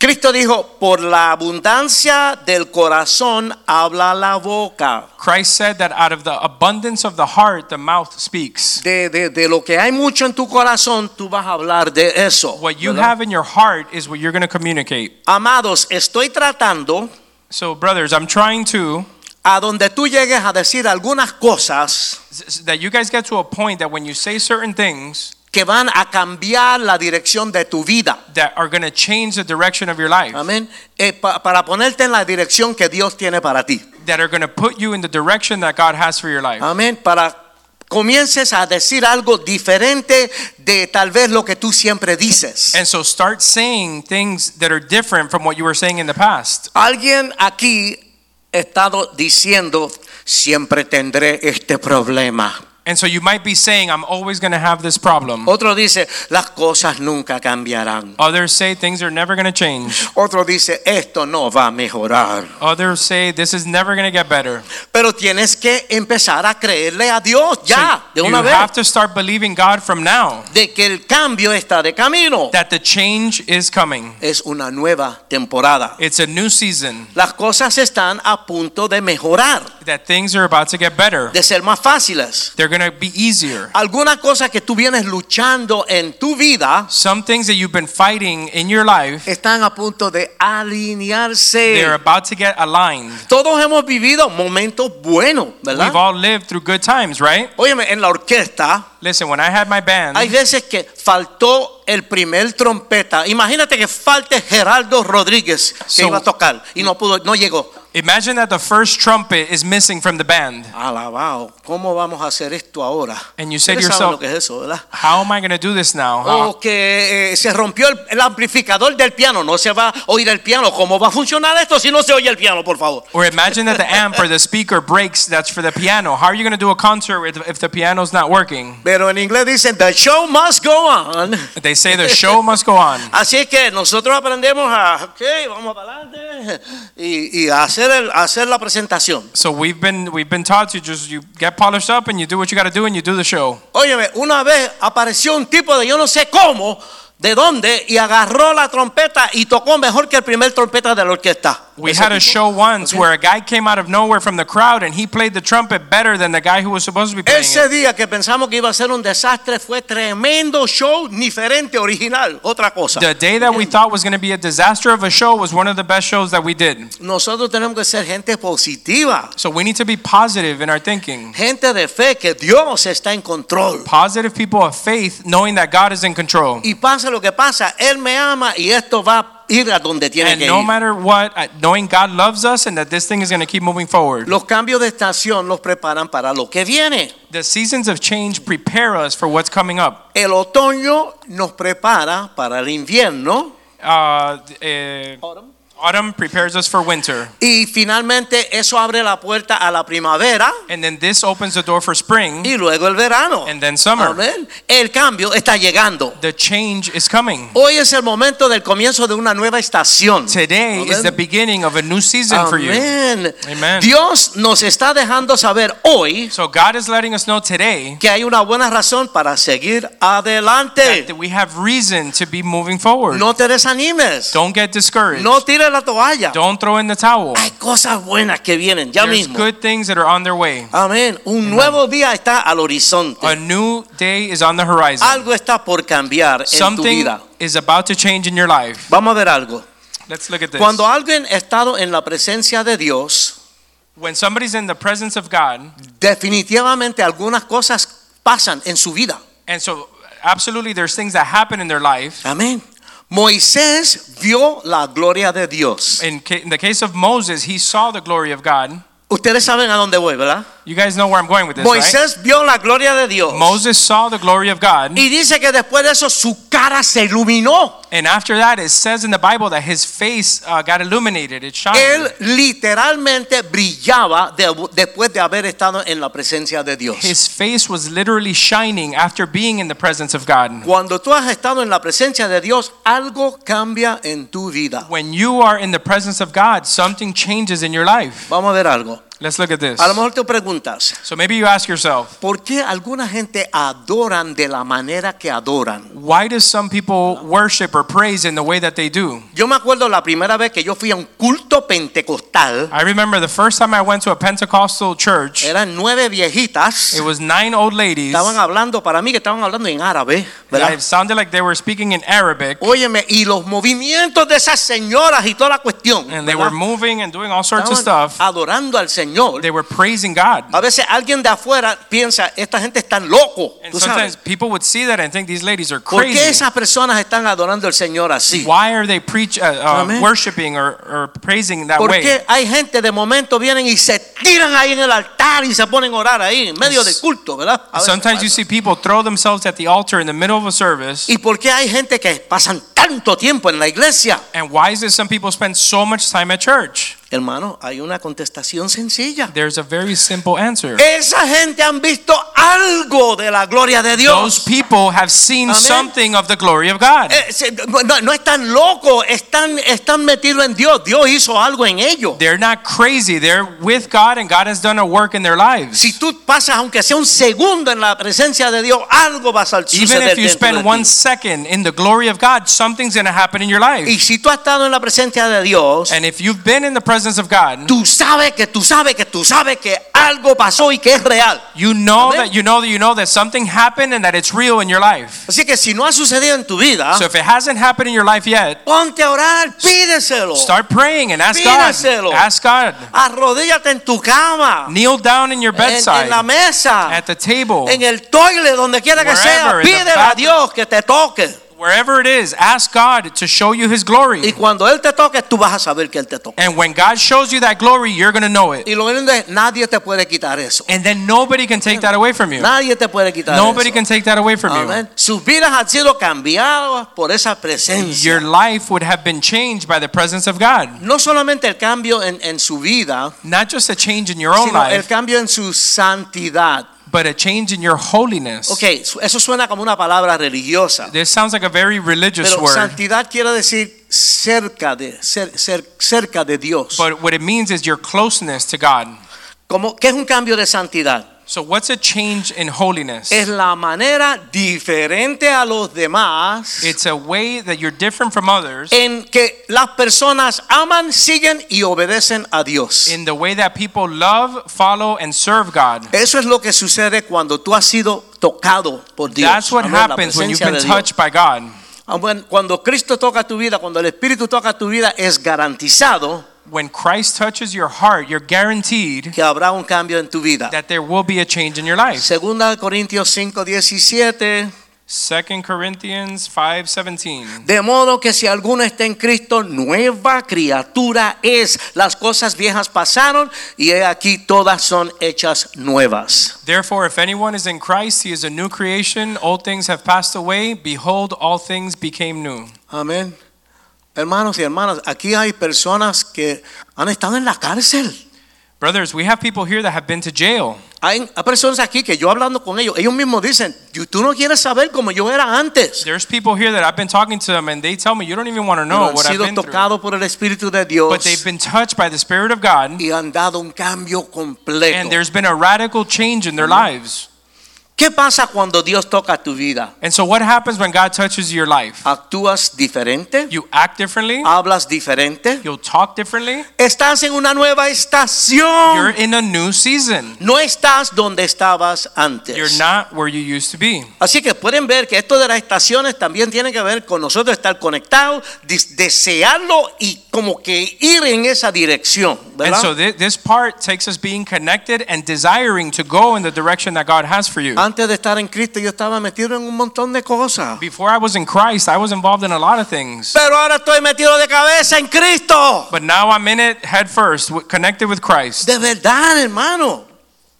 Speaker 2: Cristo dijo, por la abundancia del corazón habla la boca.
Speaker 3: Christ said that out of the abundance of the heart, the mouth speaks.
Speaker 2: De, de, de lo que hay mucho en tu corazón, tú vas a hablar de eso.
Speaker 3: What you
Speaker 2: ¿verdad?
Speaker 3: have in your heart is what you're going to communicate.
Speaker 2: Amados, estoy tratando
Speaker 3: So, brothers, I'm trying to
Speaker 2: a donde tú llegues a decir algunas cosas
Speaker 3: s- s- that you guys get to a point that when you say certain things
Speaker 2: que van a cambiar la dirección de tu vida.
Speaker 3: that are going to change the direction of your life,
Speaker 2: Amén. Eh, pa- para ponerte en la dirección que Dios tiene para ti.
Speaker 3: that are going to put you in the direction that God has for your life.
Speaker 2: Amén. Para comiences a decir algo diferente de tal vez lo que tú siempre dices.
Speaker 3: And so start saying things that are different from what you were saying in the past.
Speaker 2: Alguien aquí ha estado diciendo, siempre tendré este problema.
Speaker 3: And so you might be saying, I'm always going to have this problem.
Speaker 2: Otro dice, las cosas nunca cambiarán.
Speaker 3: Others say things are never going to change.
Speaker 2: Otro dice, esto no va a mejorar.
Speaker 3: Others say this is never going to get better.
Speaker 2: Pero tienes que empezar a creerle a Dios ya,
Speaker 3: So
Speaker 2: de
Speaker 3: you
Speaker 2: una vez.
Speaker 3: have to start believing God from now
Speaker 2: de que el cambio está de camino.
Speaker 3: that the change is coming.
Speaker 2: Es una nueva temporada.
Speaker 3: It's a new season,
Speaker 2: Las cosas están a punto de mejorar,
Speaker 3: that things are about to get better.
Speaker 2: de ser más fáciles.
Speaker 3: They're going to be easier.
Speaker 2: Algunas cosas que tú vienes luchando en tu vida
Speaker 3: Some things that you've been fighting in your life,
Speaker 2: están a punto de
Speaker 3: they're
Speaker 2: alinearse.
Speaker 3: about to get aligned.
Speaker 2: Todos hemos vivido momentos buenos,
Speaker 3: We've
Speaker 2: ¿verdad?
Speaker 3: all lived through good times, right?
Speaker 2: Óyeme, en la orquesta
Speaker 3: Listen, when I had my band,
Speaker 2: hay veces que faltó el primer trompeta. Imagínate que falte Gerardo Rodríguez que
Speaker 3: So-
Speaker 2: iba a tocar y no pudo, no llegó.
Speaker 3: imagine that the first trumpet is missing from the band.
Speaker 2: Alabado, ¿cómo vamos a hacer esto ahora?
Speaker 3: And you said
Speaker 2: Ustedes
Speaker 3: to
Speaker 2: saben
Speaker 3: yourself-
Speaker 2: lo que es eso, ¿verdad?
Speaker 3: How am I going to do this now? How-
Speaker 2: O que eh, se rompió el, el amplificador del piano, no se va a oír el piano. ¿Cómo va a funcionar esto si no se oye el piano, por favor?
Speaker 3: Or imagine that the amp or the speaker breaks, that's for the piano. How are you going to do a concert if, if the piano's not working?
Speaker 2: Pero en inglés dicen, the show must go on.
Speaker 3: They say the show must go on.
Speaker 2: Así que nosotros aprendemos a, ok, vamos para adelante y, y hacer, el, hacer la presentación.
Speaker 3: So we've been we've been taught to just you get polished up and you do what you got to do and you do the show.
Speaker 2: Óyeme, una vez apareció un tipo de yo no sé cómo, de dónde, y agarró la trompeta y tocó mejor que el primer trompeta de la orquesta.
Speaker 3: We
Speaker 2: ese
Speaker 3: had a
Speaker 2: tipo.
Speaker 3: show once
Speaker 2: Ok.
Speaker 3: where a guy came out of nowhere from the crowd and he played the trumpet better than the guy who was supposed to be playing
Speaker 2: Ese
Speaker 3: it.
Speaker 2: día que pensamos que iba a ser un desastre fue tremendo show, diferente, original, otra cosa.
Speaker 3: The day that we thought was going to be a disaster of a show was one of the best shows that we did.
Speaker 2: Nosotros tenemos que ser gente positiva,
Speaker 3: So we need to be positive in our thinking.
Speaker 2: gente de fe, que Dios está en control.
Speaker 3: Positive people of faith, knowing that God is in control.
Speaker 2: Y pasa lo que pasa, Él me ama y esto va a ir a donde tiene
Speaker 3: And
Speaker 2: que
Speaker 3: no
Speaker 2: ir.
Speaker 3: matter what, uh, knowing God loves us and that this thing is going to keep moving forward.
Speaker 2: Los cambios de estación nos preparan para lo que viene.
Speaker 3: The seasons of change prepare us for what's coming up.
Speaker 2: El otoño nos prepara para el invierno
Speaker 3: Uh, eh, autumn prepares us for winter.
Speaker 2: y finalmente eso abre la puerta a la primavera
Speaker 3: And then this opens the door for spring
Speaker 2: y luego el verano.
Speaker 3: and then summer.
Speaker 2: Amén. El cambio está llegando.
Speaker 3: The change is coming.
Speaker 2: Hoy es el momento del comienzo de una nueva estación.
Speaker 3: Today is
Speaker 2: Amén.
Speaker 3: the beginning of a new season for you.
Speaker 2: Amén.
Speaker 3: Amen.
Speaker 2: Dios nos está dejando saber hoy
Speaker 3: So God is letting us know today
Speaker 2: que hay una buena razón para seguir adelante.
Speaker 3: that we have reason to be moving forward.
Speaker 2: No te desanimes.
Speaker 3: Don't get discouraged.
Speaker 2: No tires la toalla.
Speaker 3: Don't throw in the towel.
Speaker 2: Hay cosas buenas que vienen ya
Speaker 3: There's
Speaker 2: mismo.
Speaker 3: good things that are on their way.
Speaker 2: Amén. Un nuevo día está al horizonte.
Speaker 3: A new day is on the horizon.
Speaker 2: Algo está por cambiar en tu
Speaker 3: Something
Speaker 2: vida.
Speaker 3: is about to change in your life.
Speaker 2: Vamos a ver algo.
Speaker 3: Let's look at this.
Speaker 2: Cuando alguien ha estado en la presencia de Dios,
Speaker 3: When somebody's in the presence of God,
Speaker 2: definitivamente algunas cosas pasan en su vida.
Speaker 3: and so absolutely there's things that happen in their life.
Speaker 2: Amén. Moisés vio la gloria de Dios.
Speaker 3: In, ca- in the case of Moses, he saw the glory of God.
Speaker 2: Ustedes saben a dónde voy, ¿verdad?
Speaker 3: You guys know where I'm going with this, right?
Speaker 2: Moisés vio la gloria de Dios.
Speaker 3: Moses saw the glory of God,
Speaker 2: Y dice que después de eso su cara se iluminó.
Speaker 3: and after that, it says in the Bible that his face uh, got illuminated. It shined.
Speaker 2: Él literalmente brillaba de- después de haber estado en la presencia de Dios.
Speaker 3: His face was literally shining after being in the presence of God.
Speaker 2: Cuando tú has estado en la presencia de Dios, algo cambia en tu vida.
Speaker 3: When you are in the presence of God, something changes in your life.
Speaker 2: Vamos a ver algo.
Speaker 3: Let's look at this.
Speaker 2: A lo mejor te preguntas,
Speaker 3: So maybe you ask yourself,
Speaker 2: ¿por qué alguna gente adoran de la manera que adoran?
Speaker 3: why do some people worship or praise in the way that they do?
Speaker 2: Yo me acuerdo la primera vez que yo fui a un culto pentecostal.
Speaker 3: I remember the first time I went to a Pentecostal church,
Speaker 2: Eran nueve viejitas.
Speaker 3: it was nine old ladies.
Speaker 2: Estaban hablando, para mí que estaban hablando en árabe, ¿verdad?
Speaker 3: It sounded like they were speaking in Arabic,
Speaker 2: Óyeme, y los movimientos de esas señoras y toda la cuestión.
Speaker 3: and they were
Speaker 2: ¿verdad?
Speaker 3: moving and doing all sorts of
Speaker 2: Estaban
Speaker 3: stuff.
Speaker 2: adorando al Señor.
Speaker 3: They were praising God.
Speaker 2: A veces alguien de afuera piensa, esta gente está loco.
Speaker 3: And
Speaker 2: ¿Tú sabes?
Speaker 3: sometimes people would see that and think these ladies are
Speaker 2: ¿Por qué
Speaker 3: crazy.
Speaker 2: esas personas están adorando al Señor así?
Speaker 3: Why are they preach, uh, uh,
Speaker 2: Amén.
Speaker 3: worshiping or, or praising that
Speaker 2: ¿Por
Speaker 3: way?
Speaker 2: qué hay gente de momento vienen y se tiran ahí en el altar y se ponen a orar ahí en medio del culto, ¿verdad? A veces
Speaker 3: Sometimes you
Speaker 2: pasa.
Speaker 3: see people throw themselves at the altar in the middle of a service.
Speaker 2: ¿Y por qué hay gente que pasan tanto tiempo en la iglesia?
Speaker 3: And why is it some people spend so much time at church?
Speaker 2: Hermano, hay una contestación sencilla.
Speaker 3: There's a very simple answer.
Speaker 2: Esa gente han visto algo de la gloria de
Speaker 3: Those
Speaker 2: Dios.
Speaker 3: people have seen
Speaker 2: Amén.
Speaker 3: something of the glory of God.
Speaker 2: Eh, se- no, no están locos, están, están metidos en Dios. Dios hizo algo en ellos.
Speaker 3: They're not crazy. They're with God and God has done a work in their lives.
Speaker 2: Si tú pasas aunque sea un segundo en la presencia de Dios, algo va a sal-
Speaker 3: Even
Speaker 2: suceder
Speaker 3: if you
Speaker 2: dentro de
Speaker 3: spend
Speaker 2: ti.
Speaker 3: one second in the glory of God, something's going to happen in your
Speaker 2: Y
Speaker 3: life.
Speaker 2: si tú has estado en la presencia de Dios,
Speaker 3: And if you've been in the presence of God,
Speaker 2: tú sabes que tú sabes que tú sabes que algo pasó y que es real.
Speaker 3: you know
Speaker 2: Amén.
Speaker 3: that you know that you know that something happened and that it's real in your life.
Speaker 2: Así que si no ha sucedido en tu vida,
Speaker 3: So if it hasn't happened in your life yet,
Speaker 2: ponte a orar, pídeselo.
Speaker 3: start praying and ask God.
Speaker 2: Pídaselo.
Speaker 3: Ask God.
Speaker 2: Arrodíllate en tu cama,
Speaker 3: Kneel down in your
Speaker 2: en, en la
Speaker 3: bedside,
Speaker 2: mesa,
Speaker 3: at the table,
Speaker 2: en el toile, donde quiera que sea.
Speaker 3: Wherever, in the
Speaker 2: Pídele a
Speaker 3: bathroom.
Speaker 2: Dios que te toque.
Speaker 3: wherever it is. Ask God to show you His glory.
Speaker 2: Y cuando Él te toque, tú vas a saber que Él te toca.
Speaker 3: And when God shows you that glory, you're going to know it.
Speaker 2: Y lo lindo es, nadie te puede quitar eso.
Speaker 3: And then nobody can take that away from you.
Speaker 2: Nadie te puede quitar
Speaker 3: Nobody
Speaker 2: eso.
Speaker 3: can take that away from you.
Speaker 2: Amén. Sus vidas han sido cambiadas por esa presencia.
Speaker 3: Your life would have been changed by the presence of God.
Speaker 2: no solamente el cambio en, en su vida,
Speaker 3: Not just a change in your own
Speaker 2: sino el
Speaker 3: life,
Speaker 2: cambio en su santidad.
Speaker 3: but a change in your holiness.
Speaker 2: Ok, su- eso suena como una palabra religiosa,
Speaker 3: This sounds like a very religious
Speaker 2: pero
Speaker 3: word,
Speaker 2: santidad quiere decir cerca de, cer- cer- cerca de Dios.
Speaker 3: but what it means is your closeness to God.
Speaker 2: Como, ¿Qué es un cambio de santidad?
Speaker 3: So, what's a change in holiness?
Speaker 2: Es la manera diferente a los demás
Speaker 3: It's a way that you're different from others
Speaker 2: en que las personas aman, siguen y obedecen a Dios.
Speaker 3: in the way that people love, follow, and serve God.
Speaker 2: Eso es lo que sucede cuando tú has sido tocado por Dios.
Speaker 3: That's what
Speaker 2: Amén, la
Speaker 3: happens when you've
Speaker 2: presencia
Speaker 3: been
Speaker 2: de Dios.
Speaker 3: touched by God.
Speaker 2: Amén, Cuando Cristo toca tu vida, cuando el Espíritu toca tu vida, es garantizado
Speaker 3: When Christ touches your heart, you're guaranteed
Speaker 2: que habrá un cambio en tu vida.
Speaker 3: that there will be a change in your life.
Speaker 2: Segunda de Corintios 5, 17.
Speaker 3: 2 Corinthians 5:17.
Speaker 2: De modo que si alguno está en Cristo, nueva criatura es. Las cosas viejas pasaron y he aquí todas son hechas nuevas.
Speaker 3: Therefore, if anyone is in Christ, he is a new creation. Old things have passed away. Behold, all things became new.
Speaker 2: Amén. Hermanos y hermanas, aquí hay personas que han estado en la cárcel.
Speaker 3: Brothers, we have people here that have been to jail.
Speaker 2: Hay personas aquí que yo hablando con ellos, ellos mismos dicen, "Tú- tú no quieres saber cómo yo era antes.
Speaker 3: There's people here that I've been talking to them, and they tell me you don't even want
Speaker 2: Pero
Speaker 3: to know
Speaker 2: han
Speaker 3: what I've
Speaker 2: sido
Speaker 3: been through.
Speaker 2: tocados por el Espíritu de Dios
Speaker 3: But they've been touched by the Spirit of God,
Speaker 2: y han dado un cambio completo.
Speaker 3: and there's been a radical change in their lives.
Speaker 2: ¿Qué pasa cuando Dios toca tu vida?
Speaker 3: And so, what happens when God touches your life?
Speaker 2: ¿Actúas diferente?
Speaker 3: You act differently.
Speaker 2: ¿Hablas diferente?
Speaker 3: You'll talk differently.
Speaker 2: Estás en una nueva
Speaker 3: You're
Speaker 2: estación.
Speaker 3: in a new season.
Speaker 2: No estás donde estabas antes.
Speaker 3: You're not where you used to be.
Speaker 2: Así que pueden ver que esto de las estaciones también tiene que ver con nosotros estar conectados, dis- desearlo y como que ir en esa dirección.
Speaker 3: And
Speaker 2: ¿verdad?
Speaker 3: so thi- this part takes us being connected and desiring to go in the direction that God has for you.
Speaker 2: Antes de estar en Cristo yo estaba metido en un montón de cosas.
Speaker 3: Before I was in Christ, I was involved in a lot of things.
Speaker 2: Pero ahora estoy metido de cabeza en Cristo.
Speaker 3: But now I'm in it head first, w- connected with Christ.
Speaker 2: De verdad, hermano.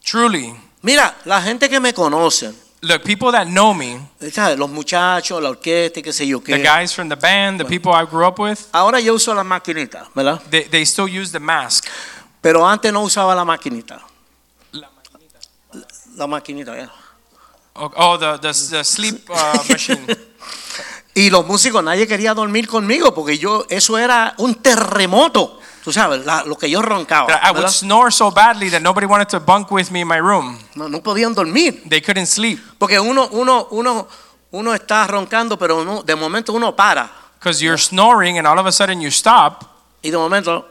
Speaker 3: Truly.
Speaker 2: Mira, la gente que me conocen,
Speaker 3: Look, people that know me,
Speaker 2: ¿sabes? los muchachos, la orquesta, y qué sé yo
Speaker 3: the
Speaker 2: qué.
Speaker 3: guys from the band, the people I grew up with,
Speaker 2: Ahora yo uso la maquinita, ¿verdad?
Speaker 3: they, they still use the mask.
Speaker 2: Pero antes no usaba la maquinita. La maquinita, ya.
Speaker 3: Oh, oh, the, the, the sleep uh, machine.
Speaker 2: Y los músicos, nadie quería dormir conmigo porque yo, eso era un terremoto. Tú sabes, la- lo que yo roncaba.
Speaker 3: That I would
Speaker 2: ¿verdad?
Speaker 3: snore so badly that nobody wanted to bunk with me in my room.
Speaker 2: No, no podían dormir.
Speaker 3: They couldn't sleep
Speaker 2: Porque uno, uno, uno, uno está roncando, pero no- de momento uno para.
Speaker 3: because you're snoring and all of a sudden you stop.
Speaker 2: Y de momento,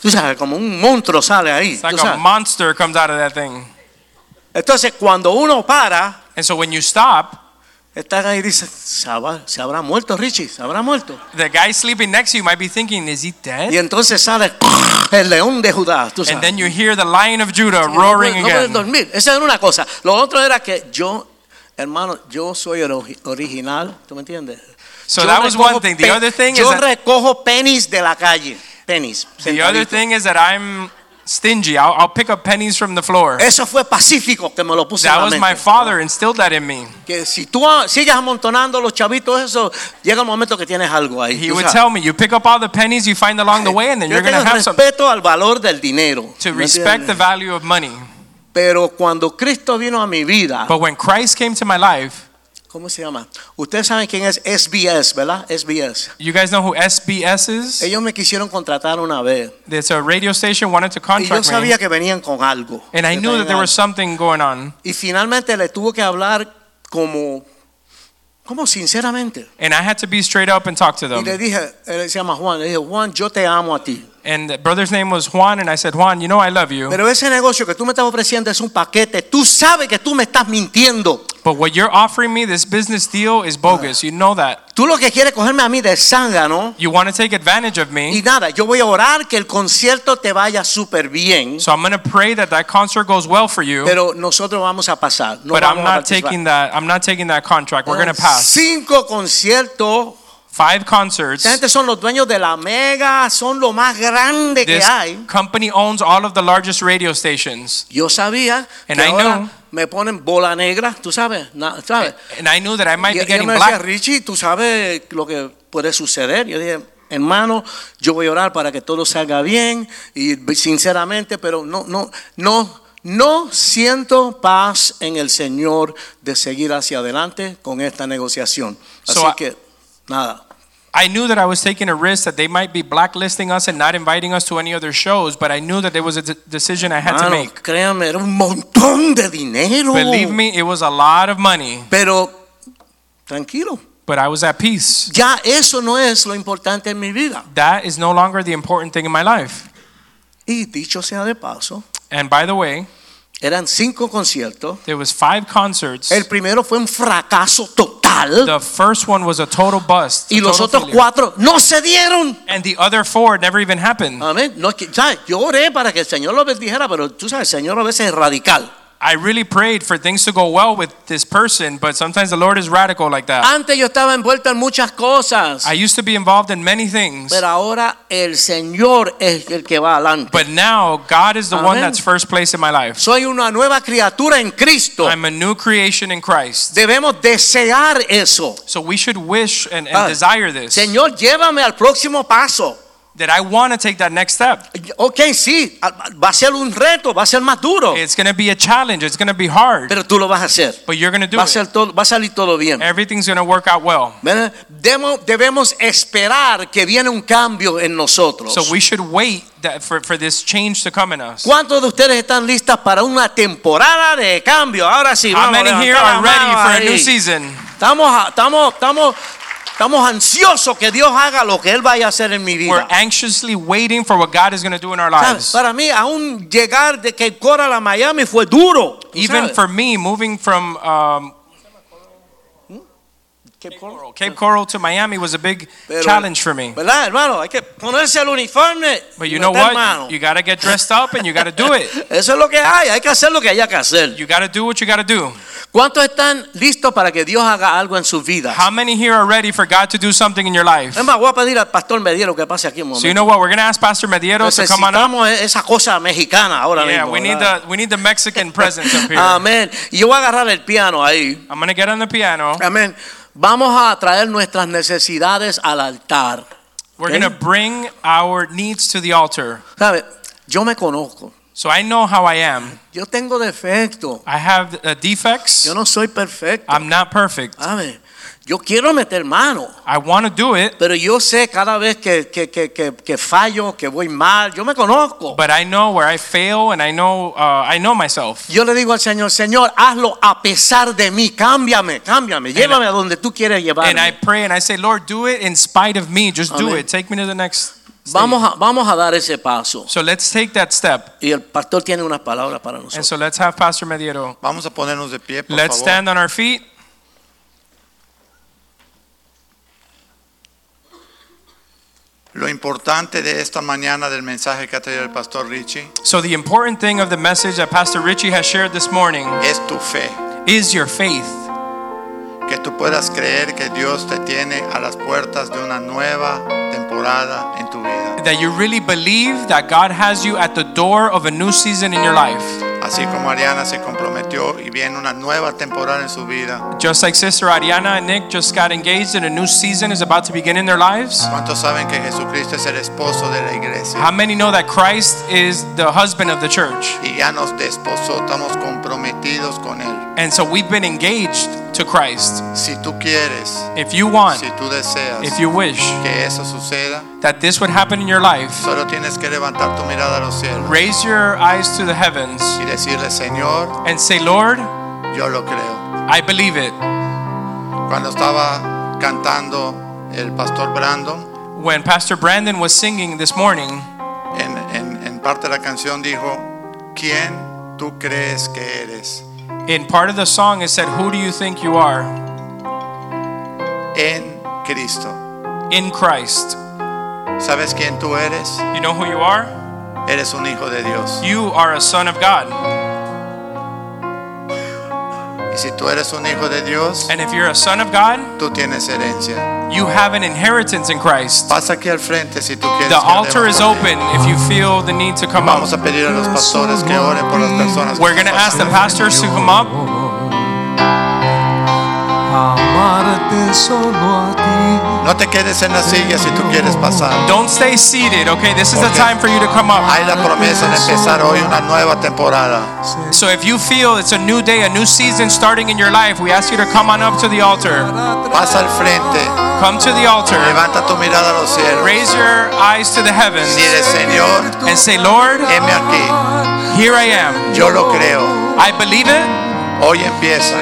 Speaker 2: tú sabes, como un monstruo sale ahí.
Speaker 3: It's like
Speaker 2: tú
Speaker 3: a
Speaker 2: sabes.
Speaker 3: monster comes out of that thing.
Speaker 2: Entonces, cuando uno para,
Speaker 3: And so when you stop,
Speaker 2: están ahí y dicen, ¿Se habrá, se habrá muerto Richie, se habrá muerto.
Speaker 3: the guy sleeping next to you might be thinking, is he
Speaker 2: Y
Speaker 3: dead?
Speaker 2: entonces sale el león de Judá. Tú sabes.
Speaker 3: And then you hear the lion of Judah
Speaker 2: Sí,
Speaker 3: roaring
Speaker 2: no puede- no puede
Speaker 3: again.
Speaker 2: dormir. Esa era una cosa. Lo otro era que yo, hermano, yo soy el ori- original. ¿Tú me entiendes?
Speaker 3: So
Speaker 2: Yo
Speaker 3: that was
Speaker 2: recojo
Speaker 3: one thing. The
Speaker 2: pe-
Speaker 3: other thing is
Speaker 2: yo
Speaker 3: that-
Speaker 2: recojo pennies de la calle. Pennies.
Speaker 3: The other
Speaker 2: sentadito.
Speaker 3: thing is that I'm stingy. I'll, I'll pick up pennies from the floor.
Speaker 2: Eso fue pacífico que me lo puse en
Speaker 3: That
Speaker 2: la
Speaker 3: was
Speaker 2: mente.
Speaker 3: my father instilled that in me.
Speaker 2: Que si tú a- sigues amontonando los chavitos, eso llega el momento que tienes algo ahí.
Speaker 3: He
Speaker 2: tú
Speaker 3: would
Speaker 2: sabes.
Speaker 3: tell me, you pick up all the pennies you find along the way, and then
Speaker 2: yo
Speaker 3: you're going
Speaker 2: tengo
Speaker 3: to have some.
Speaker 2: respeto al valor del dinero.
Speaker 3: To
Speaker 2: ¿me
Speaker 3: respect the
Speaker 2: entiendes?
Speaker 3: value of money.
Speaker 2: Pero cuando Cristo vino a mi vida,
Speaker 3: But when Christ came to my life,
Speaker 2: ¿cómo se llama? Ustedes saben quién es SBS, ¿verdad? SBS.
Speaker 3: you guys know who SBS is?
Speaker 2: Ellos me quisieron contratar una vez
Speaker 3: It's a radio station wanted to
Speaker 2: y yo
Speaker 3: contract me.
Speaker 2: sabía que venían con algo.
Speaker 3: And I
Speaker 2: Que
Speaker 3: knew that there
Speaker 2: tenían
Speaker 3: was something going on.
Speaker 2: algo. Y finalmente le tuve que hablar como, como sinceramente.
Speaker 3: And I had to be straight up and talk to
Speaker 2: Y le
Speaker 3: them.
Speaker 2: dije, él se llama Juan, le dije, Juan, yo te amo a ti.
Speaker 3: And the brother's name was Juan, and I said, Juan, you know I love you.
Speaker 2: Pero ese negocio que tú me estás ofreciendo es un paquete. Tú sabes que tú me estás mintiendo.
Speaker 3: But what you're offering me, this business deal, is bogus. You know that.
Speaker 2: Tú lo que quieres es cogerme a mí de zángano.
Speaker 3: You want to take advantage of
Speaker 2: Y
Speaker 3: me.
Speaker 2: nada, yo voy a orar que el concierto te vaya súper bien.
Speaker 3: So I'm going to pray that that concert goes well for you.
Speaker 2: Pero nosotros vamos a pasar. No
Speaker 3: But I'm
Speaker 2: vamos a
Speaker 3: not
Speaker 2: participar.
Speaker 3: taking that. I'm not taking that contract. We're going to pass.
Speaker 2: Cinco conciertos
Speaker 3: Five concerts.
Speaker 2: Esta gente son los dueños de la mega, son lo más grande que
Speaker 3: This
Speaker 2: hay.
Speaker 3: company owns all of the largest radio stations.
Speaker 2: Yo sabía que
Speaker 3: And I
Speaker 2: ahora
Speaker 3: know.
Speaker 2: me ponen bola negra, tú sabes, na- ¿sabes?
Speaker 3: And I knew that I might
Speaker 2: Y
Speaker 3: be
Speaker 2: y él
Speaker 3: getting
Speaker 2: me decía,
Speaker 3: black.
Speaker 2: Richie, tú sabes lo que puede suceder. Yo dije, hermano, yo voy a orar para que todo salga bien y sinceramente, pero no, no, no, no siento paz en el Señor de seguir hacia adelante con esta negociación. Así
Speaker 3: So I-
Speaker 2: que, nada.
Speaker 3: I knew that I was taking a risk that they might be blacklisting us and not inviting us to any other shows, but I knew that there was a d- decision I had to
Speaker 2: Hermano,
Speaker 3: make.
Speaker 2: créame, era un montón de dinero.
Speaker 3: Believe me, it was a lot of money,
Speaker 2: Pero tranquilo,
Speaker 3: but I was at peace.
Speaker 2: ya eso no es lo importante en mi vida.
Speaker 3: That is no longer the important thing in my life.
Speaker 2: Y dicho sea de paso,
Speaker 3: And by the way,
Speaker 2: eran cinco conciertos.
Speaker 3: there was five concerts.
Speaker 2: El primero fue un fracaso total
Speaker 3: The first one was a total bust. a
Speaker 2: y los
Speaker 3: total
Speaker 2: otros
Speaker 3: failure.
Speaker 2: cuatro no se dieron.
Speaker 3: And the other four never even happened.
Speaker 2: Amén. No, es que, ¿sabes? Yo oré para que el Señor lo bendijera, pero tú sabes, el Señor a veces es radical.
Speaker 3: I really prayed for things to go well with this person, but sometimes the Lord is radical like that.
Speaker 2: Antes yo estaba envuelto en muchas cosas,
Speaker 3: I used to be involved in many things,
Speaker 2: pero ahora el Señor es el que va adelante.
Speaker 3: but now God is the one
Speaker 2: Amén.
Speaker 3: that's first place in my life.
Speaker 2: Soy una nueva criatura en Cristo.
Speaker 3: I'm a new creation in Christ.
Speaker 2: Debemos desear eso.
Speaker 3: So we should wish and, and
Speaker 2: Ah.
Speaker 3: desire this
Speaker 2: Señor, llévame al próximo paso.
Speaker 3: that I want to take that next step.
Speaker 2: Ok, sí, va a ser un reto, va a ser más duro,
Speaker 3: It's going to be a challenge, it's going to be hard,
Speaker 2: pero tú lo vas a hacer.
Speaker 3: but you're going to do
Speaker 2: Va a,
Speaker 3: it.
Speaker 2: ser todo, va a salir todo bien.
Speaker 3: Everything's going to work out well.
Speaker 2: ¿Ven? Demo- debemos esperar que viene un cambio en nosotros.
Speaker 3: So we should wait that for, for this change to come in us.
Speaker 2: ¿Cuántos de ustedes están listas para una temporada de cambio? Ahora sí,
Speaker 3: How
Speaker 2: vamos
Speaker 3: many
Speaker 2: levantar
Speaker 3: here
Speaker 2: la
Speaker 3: are ready
Speaker 2: mano
Speaker 3: for a
Speaker 2: ahí.
Speaker 3: new season?
Speaker 2: Estamos, a- estamos, estamos, estamos ansiosos que Dios haga lo que Él vaya a hacer en mi vida.
Speaker 3: We're anxiously waiting for what God is going to do in our
Speaker 2: ¿Sabes?
Speaker 3: lives.
Speaker 2: Para mí, aún llegar de Cape Coral a Miami fue duro. ¿tú
Speaker 3: Even
Speaker 2: sabes?
Speaker 3: for me, moving from um,
Speaker 2: Cape Coral.
Speaker 3: Cape Coral to Miami was a big
Speaker 2: Pero-
Speaker 3: challenge for me.
Speaker 2: ¿Verdad, hermano? Hay que ponerse el uniforme.
Speaker 3: But
Speaker 2: y
Speaker 3: you know
Speaker 2: meter
Speaker 3: what?
Speaker 2: mano.
Speaker 3: You got to get dressed up and you got to do it.
Speaker 2: Eso es lo que hay. Hay que hacer lo que haya que hacer.
Speaker 3: You got to do what you got to do.
Speaker 2: ¿Cuántos están listos para que Dios haga algo en sus vidas?
Speaker 3: How many here are ready for God to do something in your life?
Speaker 2: Es más, voy a pedir al pastor Mediero que pase aquí un momento.
Speaker 3: So you know what? We're going to ask Pastor Mediero to come on up.
Speaker 2: Necesitamos e-, esa cosa mexicana ahora
Speaker 3: Yeah,
Speaker 2: mismo.
Speaker 3: we need
Speaker 2: ¿verdad?
Speaker 3: the we need the Mexican presence up here. I'm
Speaker 2: Amén. Y yo voy a agarrar el piano ahí.
Speaker 3: going to get on the piano.
Speaker 2: Amén. Vamos a traer nuestras necesidades al altar.
Speaker 3: We're
Speaker 2: Okay.
Speaker 3: going to bring our needs to the altar.
Speaker 2: ¿Sabe? Yo me conozco.
Speaker 3: So I know how I am.
Speaker 2: Yo tengo defecto.
Speaker 3: I have uh, defects.
Speaker 2: Yo no soy perfecto.
Speaker 3: I'm not perfect.
Speaker 2: Amén. Yo quiero meter mano.
Speaker 3: I want to do it,
Speaker 2: Pero yo sé cada vez que, que, que, que, que fallo, que voy mal, yo me conozco.
Speaker 3: but I know where I fail, and I know uh, I know myself.
Speaker 2: Yo le digo al Señor, Señor, hazlo a pesar de mí, cámbiame, cámbiame, llévame a donde tú quieres
Speaker 3: And I
Speaker 2: llevarme.
Speaker 3: pray and I say, Lord, do it in spite of me. Just do
Speaker 2: Amén.
Speaker 3: it. Take me to the next. stage."
Speaker 2: Vamos a, vamos a dar ese paso.
Speaker 3: So let's take that step,
Speaker 2: Y el pastor tiene unas palabras para
Speaker 3: and
Speaker 2: nosotros.
Speaker 3: so let's have Pastor Mediero.
Speaker 4: Vamos a ponernos de pie, por
Speaker 3: Let's
Speaker 4: favor.
Speaker 3: stand on our feet.
Speaker 4: Lo importante de esta mañana del mensaje que ha traído el pastor Richie
Speaker 3: So the important thing of the message that Pastor Richie has shared this morning
Speaker 4: es tu fe,
Speaker 3: is your faith,
Speaker 4: que tú puedas creer que Dios te tiene a las puertas de una nueva temporada en tu vida,
Speaker 3: that you really believe that God has you at the door of a new season in your life.
Speaker 4: así como Ariana se comprometió y viene una nueva temporada en su vida.
Speaker 3: Just like Sister Ariana and Nick just got engaged, and a new season is about to begin in their lives.
Speaker 4: ¿Cuántos saben que Jesucristo es el esposo de la iglesia?
Speaker 3: How many know that Christ is the husband of the church?
Speaker 4: Y ya nos desposó, estamos comprometidos con él.
Speaker 3: And so we've been engaged to Christ.
Speaker 4: Si tú quieres,
Speaker 3: If you want,
Speaker 4: si tú deseas
Speaker 3: if you wish
Speaker 4: que eso suceda,
Speaker 3: that this would happen in your life,
Speaker 4: solo tienes que levantar tu mirada a los cielos.
Speaker 3: raise your eyes to the heavens
Speaker 4: y decirle, Señor,
Speaker 3: and say, Lord,
Speaker 4: yo lo creo.
Speaker 3: I believe it.
Speaker 4: Cuando estaba cantando el pastor Brandon,
Speaker 3: When Pastor Brandon was singing this morning,
Speaker 4: en, en- en parte de la canción dijo, ¿quién tú crees que eres?
Speaker 3: in part of the song, it said, Who do you think you are?
Speaker 4: En Cristo.
Speaker 3: In Christ.
Speaker 4: ¿Sabes quién tú eres?
Speaker 3: You know who you are?
Speaker 4: Eres un hijo de Dios.
Speaker 3: You are a son of God.
Speaker 4: Y si tú eres un hijo de Dios,
Speaker 3: And if you're a son of God,
Speaker 4: tú tienes herencia.
Speaker 3: you have an inheritance in Christ.
Speaker 4: Pasa aquí al frente si tú quieres.
Speaker 3: The
Speaker 4: que oremos
Speaker 3: altar is
Speaker 4: por ti.
Speaker 3: open if you feel the need to come up.
Speaker 4: Vamos a pedir a los pastores que oren por las personas. que
Speaker 3: We're going to
Speaker 4: están
Speaker 3: ask the
Speaker 4: pasando.
Speaker 3: pastors to come up.
Speaker 5: amarte solo a ti.
Speaker 4: No te quedes en la silla si tú quieres pasar.
Speaker 3: Don't stay seated, okay? This is the
Speaker 4: Okay.
Speaker 3: time for you to come up.
Speaker 4: Hay la promesa de empezar hoy una nueva temporada.
Speaker 3: So if you feel it's a new day, a new season starting in your life, we ask you to come on up to the altar.
Speaker 4: Pasa al frente,
Speaker 3: Come to the altar.
Speaker 4: levanta tu mirada a los cielos
Speaker 3: Raise your eyes to the heavens
Speaker 4: y dile, Señor,
Speaker 3: and say, Lord,
Speaker 4: heme aquí.
Speaker 3: here I am.
Speaker 4: Yo lo creo.
Speaker 3: I believe it.
Speaker 4: Hoy empieza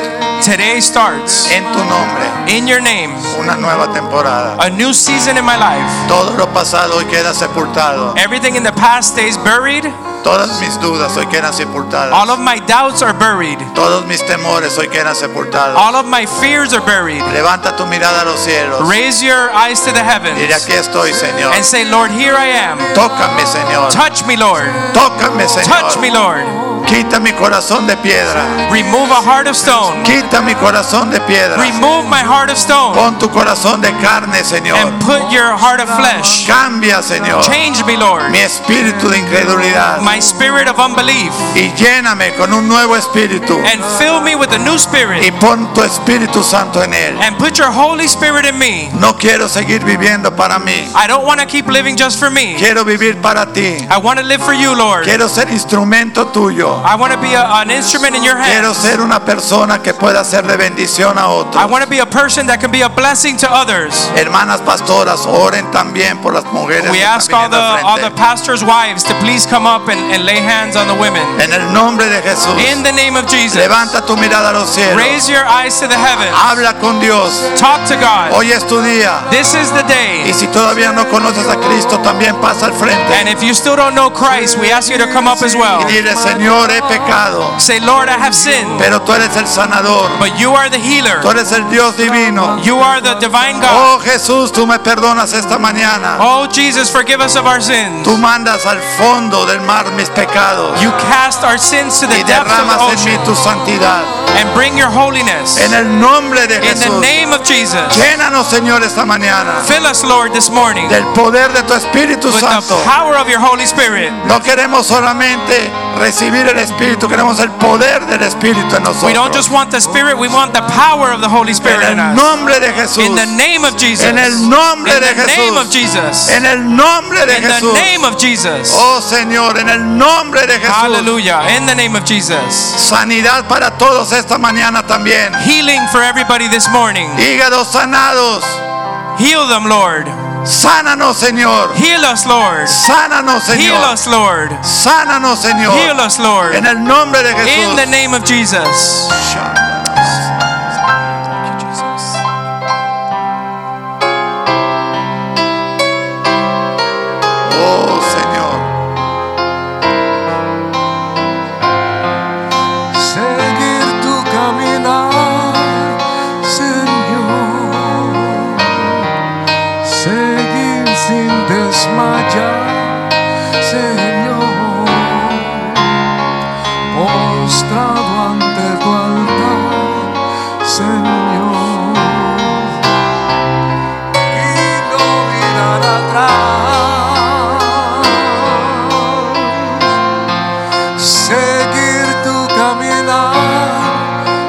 Speaker 3: Today starts
Speaker 4: en tu nombre
Speaker 3: in your name
Speaker 4: una nueva temporada.
Speaker 3: a new season in my life.
Speaker 4: Todo lo pasado hoy queda sepultado.
Speaker 3: Everything in the past stays buried.
Speaker 4: Todas mis dudas hoy quedan sepultadas.
Speaker 3: All of my doubts are buried.
Speaker 4: Todos mis temores hoy quedan sepultados.
Speaker 3: All of my fears are buried.
Speaker 4: Levanta tu mirada a los cielos.
Speaker 3: Raise your eyes to the
Speaker 4: Dile,
Speaker 3: heavens
Speaker 4: aquí estoy, Señor.
Speaker 3: and say, Lord, here I am.
Speaker 4: Tócame, Señor.
Speaker 3: Touch me, Lord.
Speaker 4: Tócame,
Speaker 3: Touch me,
Speaker 4: Señor.
Speaker 3: Lord.
Speaker 4: Quita mi corazón de piedra.
Speaker 3: Remove a heart of stone.
Speaker 4: Quita mi corazón de piedra.
Speaker 3: Remove my heart of stone
Speaker 4: Pon tu corazón de carne, Señor.
Speaker 3: and put your heart of flesh.
Speaker 4: Cambia, Señor,
Speaker 3: Change me, Lord.
Speaker 4: mi espíritu de incredulidad
Speaker 3: my spirit of unbelief
Speaker 4: y lléname con un nuevo espíritu
Speaker 3: and fill me with a new
Speaker 4: y
Speaker 3: spirit
Speaker 4: pon tu Espíritu Santo en él.
Speaker 3: and put your Holy Spirit in me.
Speaker 4: No quiero seguir viviendo para mí.
Speaker 3: I don't want to keep living just for me.
Speaker 4: Quiero vivir para ti.
Speaker 3: I want to live for you, Lord.
Speaker 4: Quiero ser instrumento tuyo.
Speaker 3: I want to be a, an instrument in your
Speaker 4: Quiero
Speaker 3: hands.
Speaker 4: ser una persona que pueda ser de bendición a
Speaker 3: I
Speaker 4: otros.
Speaker 3: want to be a person that can be a blessing to others.
Speaker 4: Hermanas pastoras, oren también por las mujeres.
Speaker 3: We
Speaker 4: que están
Speaker 3: ask all the
Speaker 4: viniendo al
Speaker 3: all the
Speaker 4: frente.
Speaker 3: pastors' wives to please come up and, and lay hands on the women.
Speaker 4: En el nombre de Jesús.
Speaker 3: In the name of Jesus.
Speaker 4: Levanta tu mirada a los cielos.
Speaker 3: Raise your eyes to the heavens.
Speaker 4: Habla con Dios.
Speaker 3: Talk to God.
Speaker 4: Hoy es tu día.
Speaker 3: This is the
Speaker 4: Y
Speaker 3: day.
Speaker 4: si todavía no conoces a Cristo, también pasa al
Speaker 3: And
Speaker 4: frente.
Speaker 3: if you still don't know Christ, we ask you to come up as well.
Speaker 4: Y dile, Señor, he pecado,
Speaker 3: Say, Lord, I have sinned,
Speaker 4: pero tú eres el sanador.
Speaker 3: but you are the healer.
Speaker 4: Tú eres el Dios divino.
Speaker 3: You are the divine God.
Speaker 4: Oh Jesús, tú me perdonas esta mañana.
Speaker 3: Oh, Jesus, forgive us of our sins.
Speaker 4: Tú mandas al fondo del mar mis pecados
Speaker 3: You cast our sins to the
Speaker 4: y
Speaker 3: depths of the
Speaker 4: derramas en
Speaker 3: ocean
Speaker 4: mí tu santidad.
Speaker 3: and bring your holiness.
Speaker 4: En el nombre de
Speaker 3: In the
Speaker 4: Jesús,
Speaker 3: name of Jesus.
Speaker 4: llénanos Señor esta mañana
Speaker 3: Fill us, Lord, this morning
Speaker 4: del poder de tu Espíritu
Speaker 3: with
Speaker 4: Santo.
Speaker 3: the power of your Holy Spirit.
Speaker 4: No queremos solamente recibir el Espíritu, queremos el poder del Espíritu
Speaker 3: We
Speaker 4: en
Speaker 3: don't
Speaker 4: nosotros.
Speaker 3: just want the Spirit, we want the power of the Holy
Speaker 4: En
Speaker 3: Spirit in
Speaker 4: el
Speaker 3: us.
Speaker 4: nombre de Jesús.
Speaker 3: In the name of Jesus.
Speaker 4: En el nombre
Speaker 3: In
Speaker 4: de
Speaker 3: the name of
Speaker 4: Jesús.
Speaker 3: Jesus.
Speaker 4: En el nombre de
Speaker 3: In the
Speaker 4: Jesús.
Speaker 3: name of Jesus.
Speaker 4: Oh Señor, en el nombre de Jesús.
Speaker 3: Hallelujah. In the name of Jesus.
Speaker 4: Sanidad para todos esta mañana también.
Speaker 3: Healing for everybody this morning.
Speaker 4: Hígados sanados.
Speaker 3: Heal them, Lord.
Speaker 4: Sánanos, Señor.
Speaker 3: Heal us, Lord.
Speaker 4: Sánanos,
Speaker 3: Heal
Speaker 4: Señor.
Speaker 3: us, Lord.
Speaker 4: Sánanos,
Speaker 3: Heal
Speaker 4: Señor.
Speaker 3: us, Lord.
Speaker 4: En el nombre de
Speaker 3: In
Speaker 4: Jesús.
Speaker 3: the name of Jesus.
Speaker 4: Oh, Señor.
Speaker 5: Seguir tu caminar, Señor. Seguir sin desmayar, Señor. Postrado ante tu altar, Señor. Y no mirar atrás seguir tu caminar,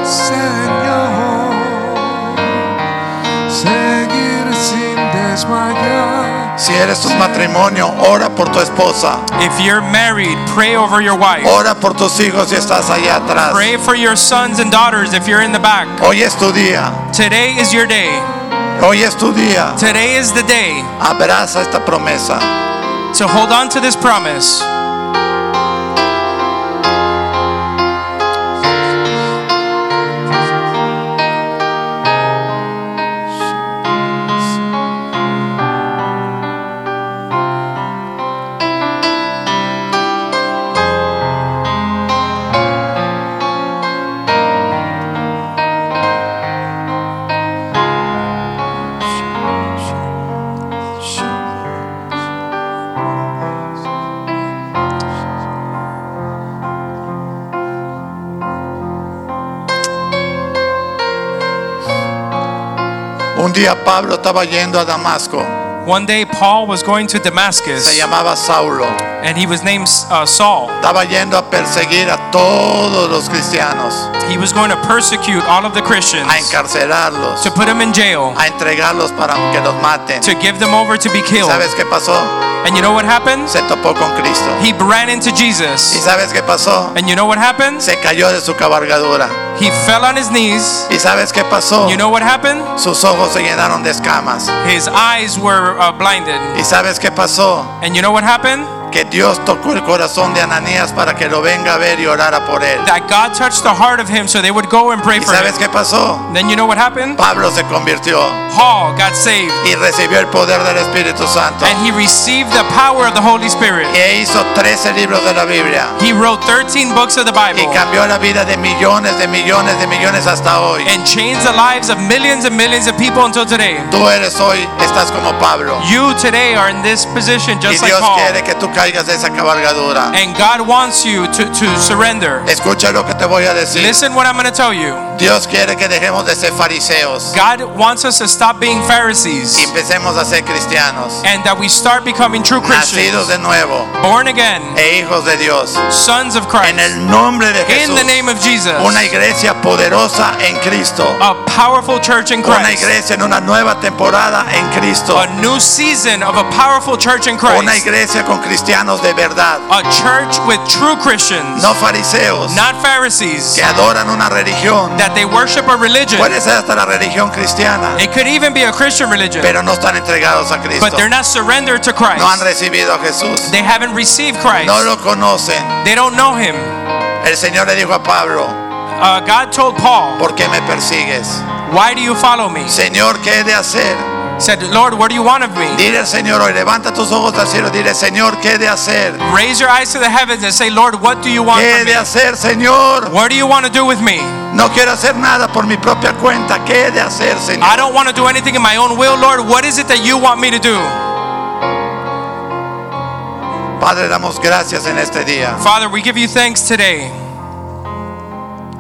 Speaker 5: Señor, seguir sin desmayar.
Speaker 4: Si eres un matrimonio, ora por tu esposa.
Speaker 3: If you're married, pray over your wife.
Speaker 4: Ora por tus hijos si estás allá atrás.
Speaker 3: Pray for your sons and daughters if you're in the back.
Speaker 4: Hoy es tu día.
Speaker 3: Today is your day.
Speaker 4: Hoy es tu día.
Speaker 3: Today is the day
Speaker 4: Abraza esta promesa.
Speaker 3: to hold on to this promise.
Speaker 4: Un día Pablo estaba yendo a Damasco
Speaker 3: One day, Paul was going to
Speaker 4: Se
Speaker 3: Damascus,
Speaker 4: llamaba Saulo.
Speaker 3: and he was named uh, Saul.
Speaker 4: Estaba yendo a perseguir a todos los cristianos,
Speaker 3: He was going to persecute all of the Christians,
Speaker 4: a encarcelarlos,
Speaker 3: to put them in jail,
Speaker 4: a entregarlos para que los maten.
Speaker 3: to give them over to be killed.
Speaker 4: ¿Sabes qué pasó?
Speaker 3: And you know what happened?
Speaker 4: Se topó con Cristo.
Speaker 3: He ran into
Speaker 4: ¿Y
Speaker 3: Jesus.
Speaker 4: sabes qué pasó?
Speaker 3: And you know what happened?
Speaker 4: Se cayó de su cabalgadura.
Speaker 3: He fell on his knees.
Speaker 4: ¿Y sabes qué pasó?
Speaker 3: You know what happened?
Speaker 4: Sus ojos se llenaron de escamas.
Speaker 3: His eyes were uh, blinded.
Speaker 4: ¿Y sabes qué pasó?
Speaker 3: And you know what happened?
Speaker 4: Que Dios tocó el corazón de Ananías para que lo venga a ver y orara por él.
Speaker 3: That God touched the heart of him so they would go and pray
Speaker 4: ¿Y
Speaker 3: for him.
Speaker 4: sabes qué pasó?
Speaker 3: Then you know what happened?
Speaker 4: Pablo se convirtió
Speaker 3: Paul got saved.
Speaker 4: y recibió el poder del Espíritu Santo.
Speaker 3: And he received the power of the Holy Spirit.
Speaker 4: E hizo 13 libros de la Biblia.
Speaker 3: He wrote 13 books of the
Speaker 4: Y
Speaker 3: Bible
Speaker 4: cambió la vida de millones, de millones, de millones hasta hoy.
Speaker 3: and changed the lives of millions and millions of people until today.
Speaker 4: Tú eres hoy, estás como Pablo.
Speaker 3: You today are in this position
Speaker 4: Y
Speaker 3: just like
Speaker 4: Dios
Speaker 3: Paul.
Speaker 4: quiere que tú caigas de esa cabalgadura.
Speaker 3: And God wants you to, to surrender.
Speaker 4: Escucha lo que te voy a decir.
Speaker 3: Listen what I'm going to tell you.
Speaker 4: Dios quiere que dejemos de ser fariseos
Speaker 3: God wants us to stop being Pharisees
Speaker 4: y empecemos a ser cristianos,
Speaker 3: and that we start becoming true
Speaker 4: nacidos
Speaker 3: Christians,
Speaker 4: de nuevo
Speaker 3: born again,
Speaker 4: e hijos de Dios.
Speaker 3: sons of
Speaker 4: En
Speaker 3: Christ.
Speaker 4: el nombre de
Speaker 3: In
Speaker 4: Jesús,
Speaker 3: the name of Jesus,
Speaker 4: una iglesia poderosa en Cristo,
Speaker 3: a powerful church in
Speaker 4: una
Speaker 3: Christ,
Speaker 4: iglesia en una nueva temporada en Cristo,
Speaker 3: a new season of a powerful church in
Speaker 4: una
Speaker 3: Christ.
Speaker 4: iglesia con cristianos de verdad,
Speaker 3: A church with true Christians,
Speaker 4: no fariseos
Speaker 3: not Pharisees,
Speaker 4: que adoran una religión.
Speaker 3: that they worship a religion.
Speaker 4: Puede ser hasta la religión cristiana,
Speaker 3: It could even be a Christian religion,
Speaker 4: pero no están entregados a Cristo,
Speaker 3: but they're not surrendered to
Speaker 4: no han
Speaker 3: Christ.
Speaker 4: recibido a Jesús,
Speaker 3: They haven't received Christ.
Speaker 4: no lo conocen.
Speaker 3: They don't know Him.
Speaker 4: El Señor le dijo a Pablo,
Speaker 3: Uh, God told Paul,
Speaker 4: ¿por qué me persigues?
Speaker 3: Why do you follow me?
Speaker 4: Señor, ¿qué he de hacer?
Speaker 3: Said, Lord, what do you want of me?
Speaker 4: Dile al Señor hoy, levanta tus ojos al cielo, dile, Señor, ¿qué he de hacer?
Speaker 3: Raise your eyes to the heavens and say, Lord, what do you want
Speaker 4: ¿Qué he
Speaker 3: from me?
Speaker 4: de hacer, Señor?
Speaker 3: What do you want to do with me?
Speaker 4: No quiero hacer nada por mi propia cuenta, ¿qué he de hacer,
Speaker 3: I
Speaker 4: Señor?
Speaker 3: don't want to do anything in my own will, Lord. What is it that you want me to do?
Speaker 4: Padre, damos gracias en este día.
Speaker 3: Father, we give you thanks today.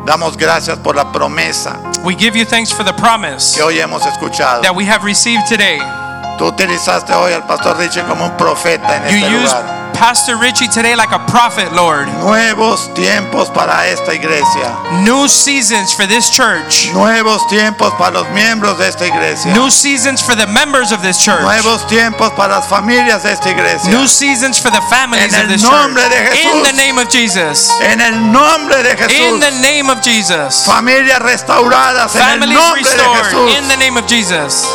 Speaker 4: Damos gracias por la promesa
Speaker 3: We give you thanks for the promise
Speaker 4: que hoy hemos escuchado.
Speaker 3: that we have received today.
Speaker 4: Tú utilizaste hoy al pastor Richie como un profeta en
Speaker 3: You
Speaker 4: este
Speaker 3: use
Speaker 4: lugar.
Speaker 3: Pastor Richie today like a prophet, Lord.
Speaker 4: Nuevos tiempos para esta iglesia.
Speaker 3: New seasons for this church.
Speaker 4: Nuevos tiempos para los miembros de esta iglesia.
Speaker 3: New seasons for the members of this church.
Speaker 4: Nuevos tiempos para las familias de esta iglesia.
Speaker 3: New seasons for the families of
Speaker 4: En el
Speaker 3: this
Speaker 4: nombre
Speaker 3: church.
Speaker 4: de Jesús.
Speaker 3: In the name of Jesus.
Speaker 4: En el nombre de
Speaker 3: In
Speaker 4: Jesús.
Speaker 3: the name of Jesus.
Speaker 4: Familias restauradas en el
Speaker 3: Families
Speaker 4: nombre de
Speaker 3: restored.
Speaker 4: Jesús.
Speaker 3: In the name of Jesus.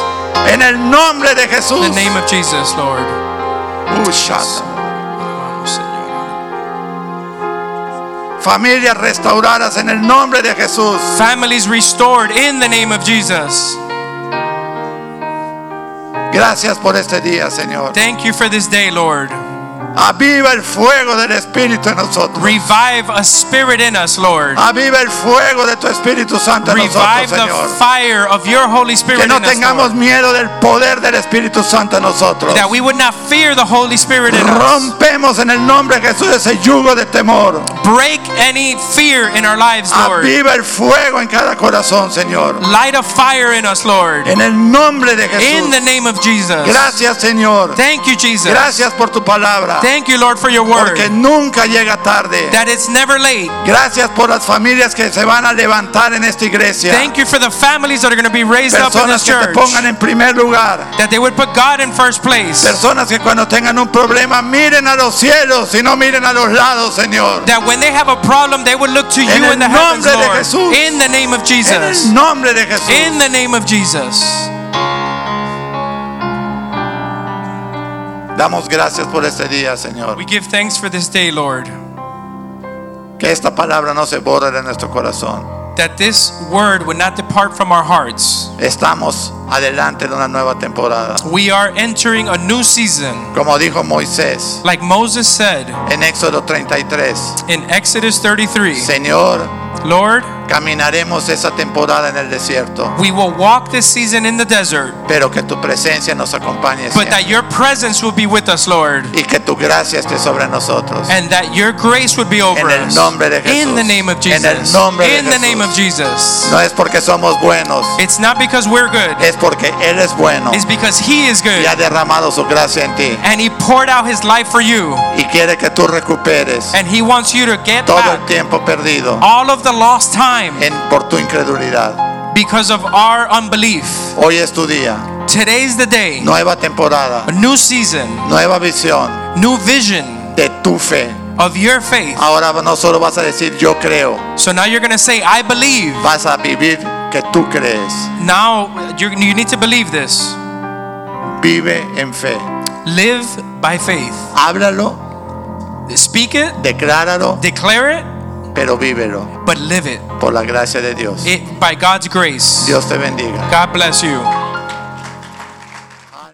Speaker 4: En el nombre de
Speaker 3: In
Speaker 4: Jesús.
Speaker 3: the name of Jesus, Lord.
Speaker 4: Ushata. Familias restauradas en el nombre de Jesús.
Speaker 3: Families restored in the name of Jesus.
Speaker 4: Gracias por este día, Señor.
Speaker 3: Thank you for this day, Lord.
Speaker 4: Aviva el fuego del Espíritu en nosotros.
Speaker 3: Revive a spirit in us, Lord.
Speaker 4: Aviva el fuego de tu Espíritu Santo en nosotros,
Speaker 3: Revive the
Speaker 4: Señor.
Speaker 3: fire of your Holy Spirit
Speaker 4: Que no
Speaker 3: in us,
Speaker 4: tengamos
Speaker 3: Lord.
Speaker 4: miedo del poder del Espíritu Santo en nosotros.
Speaker 3: That we would not fear the Holy Spirit in us.
Speaker 4: Rompemos en el nombre de Jesús ese yugo de temor.
Speaker 3: Break any fear in our lives, Lord.
Speaker 4: Aviva el fuego en cada corazón, Señor.
Speaker 3: Light a fire in us, Lord.
Speaker 4: En el nombre de
Speaker 3: In the
Speaker 4: Jesús.
Speaker 3: name of Jesus.
Speaker 4: Gracias, Señor.
Speaker 3: Thank you, Jesus.
Speaker 4: Gracias por tu palabra.
Speaker 3: Thank you, Lord, for your word.
Speaker 4: Porque nunca llega tarde.
Speaker 3: That it's never late.
Speaker 4: Gracias por las familias que se van a levantar en esta iglesia.
Speaker 3: Thank you for the families that are going to be raised up in
Speaker 4: Personas
Speaker 3: this
Speaker 4: que te
Speaker 3: church.
Speaker 4: pongan en primer lugar.
Speaker 3: That they would put God in first place.
Speaker 4: Personas que cuando tengan un problema miren a los cielos y no miren a los lados, Señor.
Speaker 3: That when they have a problem, they would look to
Speaker 4: En
Speaker 3: you
Speaker 4: el
Speaker 3: in the heavens,
Speaker 4: nombre de Jesús.
Speaker 3: Lord. In the name of
Speaker 4: En
Speaker 3: Jesus.
Speaker 4: el nombre de Jesús.
Speaker 3: In the name of Jesus.
Speaker 4: Damos gracias por este día, Señor.
Speaker 3: We give thanks for this day, Lord.
Speaker 4: Que esta palabra no se borre de nuestro corazón.
Speaker 3: That this word would not depart from our hearts.
Speaker 4: Estamos adelante de una nueva temporada.
Speaker 3: We are entering a new season.
Speaker 4: Como dijo Moisés
Speaker 3: Like Moses said
Speaker 4: en Éxodo 33,
Speaker 3: in Exodus 33
Speaker 4: Señor,
Speaker 3: Lord,
Speaker 4: Caminaremos esa temporada en el desierto,
Speaker 3: We will walk this season in the desert,
Speaker 4: pero que tu presencia nos acompañe
Speaker 3: but
Speaker 4: siempre.
Speaker 3: that your presence will be with us, Lord,
Speaker 4: y que tu gracia esté sobre nosotros.
Speaker 3: and that your grace would be over
Speaker 4: En el
Speaker 3: us.
Speaker 4: nombre de
Speaker 3: In the
Speaker 4: Jesús.
Speaker 3: name of
Speaker 4: En el
Speaker 3: Jesus.
Speaker 4: nombre de
Speaker 3: in the name
Speaker 4: Jesús.
Speaker 3: of Jesus.
Speaker 4: No es porque somos buenos,
Speaker 3: It's not because we're good,
Speaker 4: es porque Él es bueno
Speaker 3: it's because He is good,
Speaker 4: y ha derramado su gracia en ti
Speaker 3: and He poured out His life for you,
Speaker 4: y quiere que tú recuperes
Speaker 3: and He wants you to get
Speaker 4: todo el
Speaker 3: back
Speaker 4: tiempo perdido
Speaker 3: all of the lost time
Speaker 4: en, por tu incredulidad.
Speaker 3: because of our unbelief.
Speaker 4: Hoy es tu día,
Speaker 3: Today's the day,
Speaker 4: nueva temporada,
Speaker 3: a new season,
Speaker 4: nueva visión
Speaker 3: new vision
Speaker 4: de tu fe.
Speaker 3: of your faith.
Speaker 4: Ahora no solo vas a decir yo creo,
Speaker 3: So now you're going to say, I believe.
Speaker 4: vas a vivir que tú crees.
Speaker 3: Now you you need to believe this.
Speaker 4: Vive en fe.
Speaker 3: Live by faith.
Speaker 4: Háblalo,
Speaker 3: Speak it,
Speaker 4: decláralo,
Speaker 3: declare it,
Speaker 4: pero vívelo
Speaker 3: but live it.
Speaker 4: por la gracia de Dios.
Speaker 3: It by God's grace.
Speaker 4: Dios te bendiga.
Speaker 3: God bless you.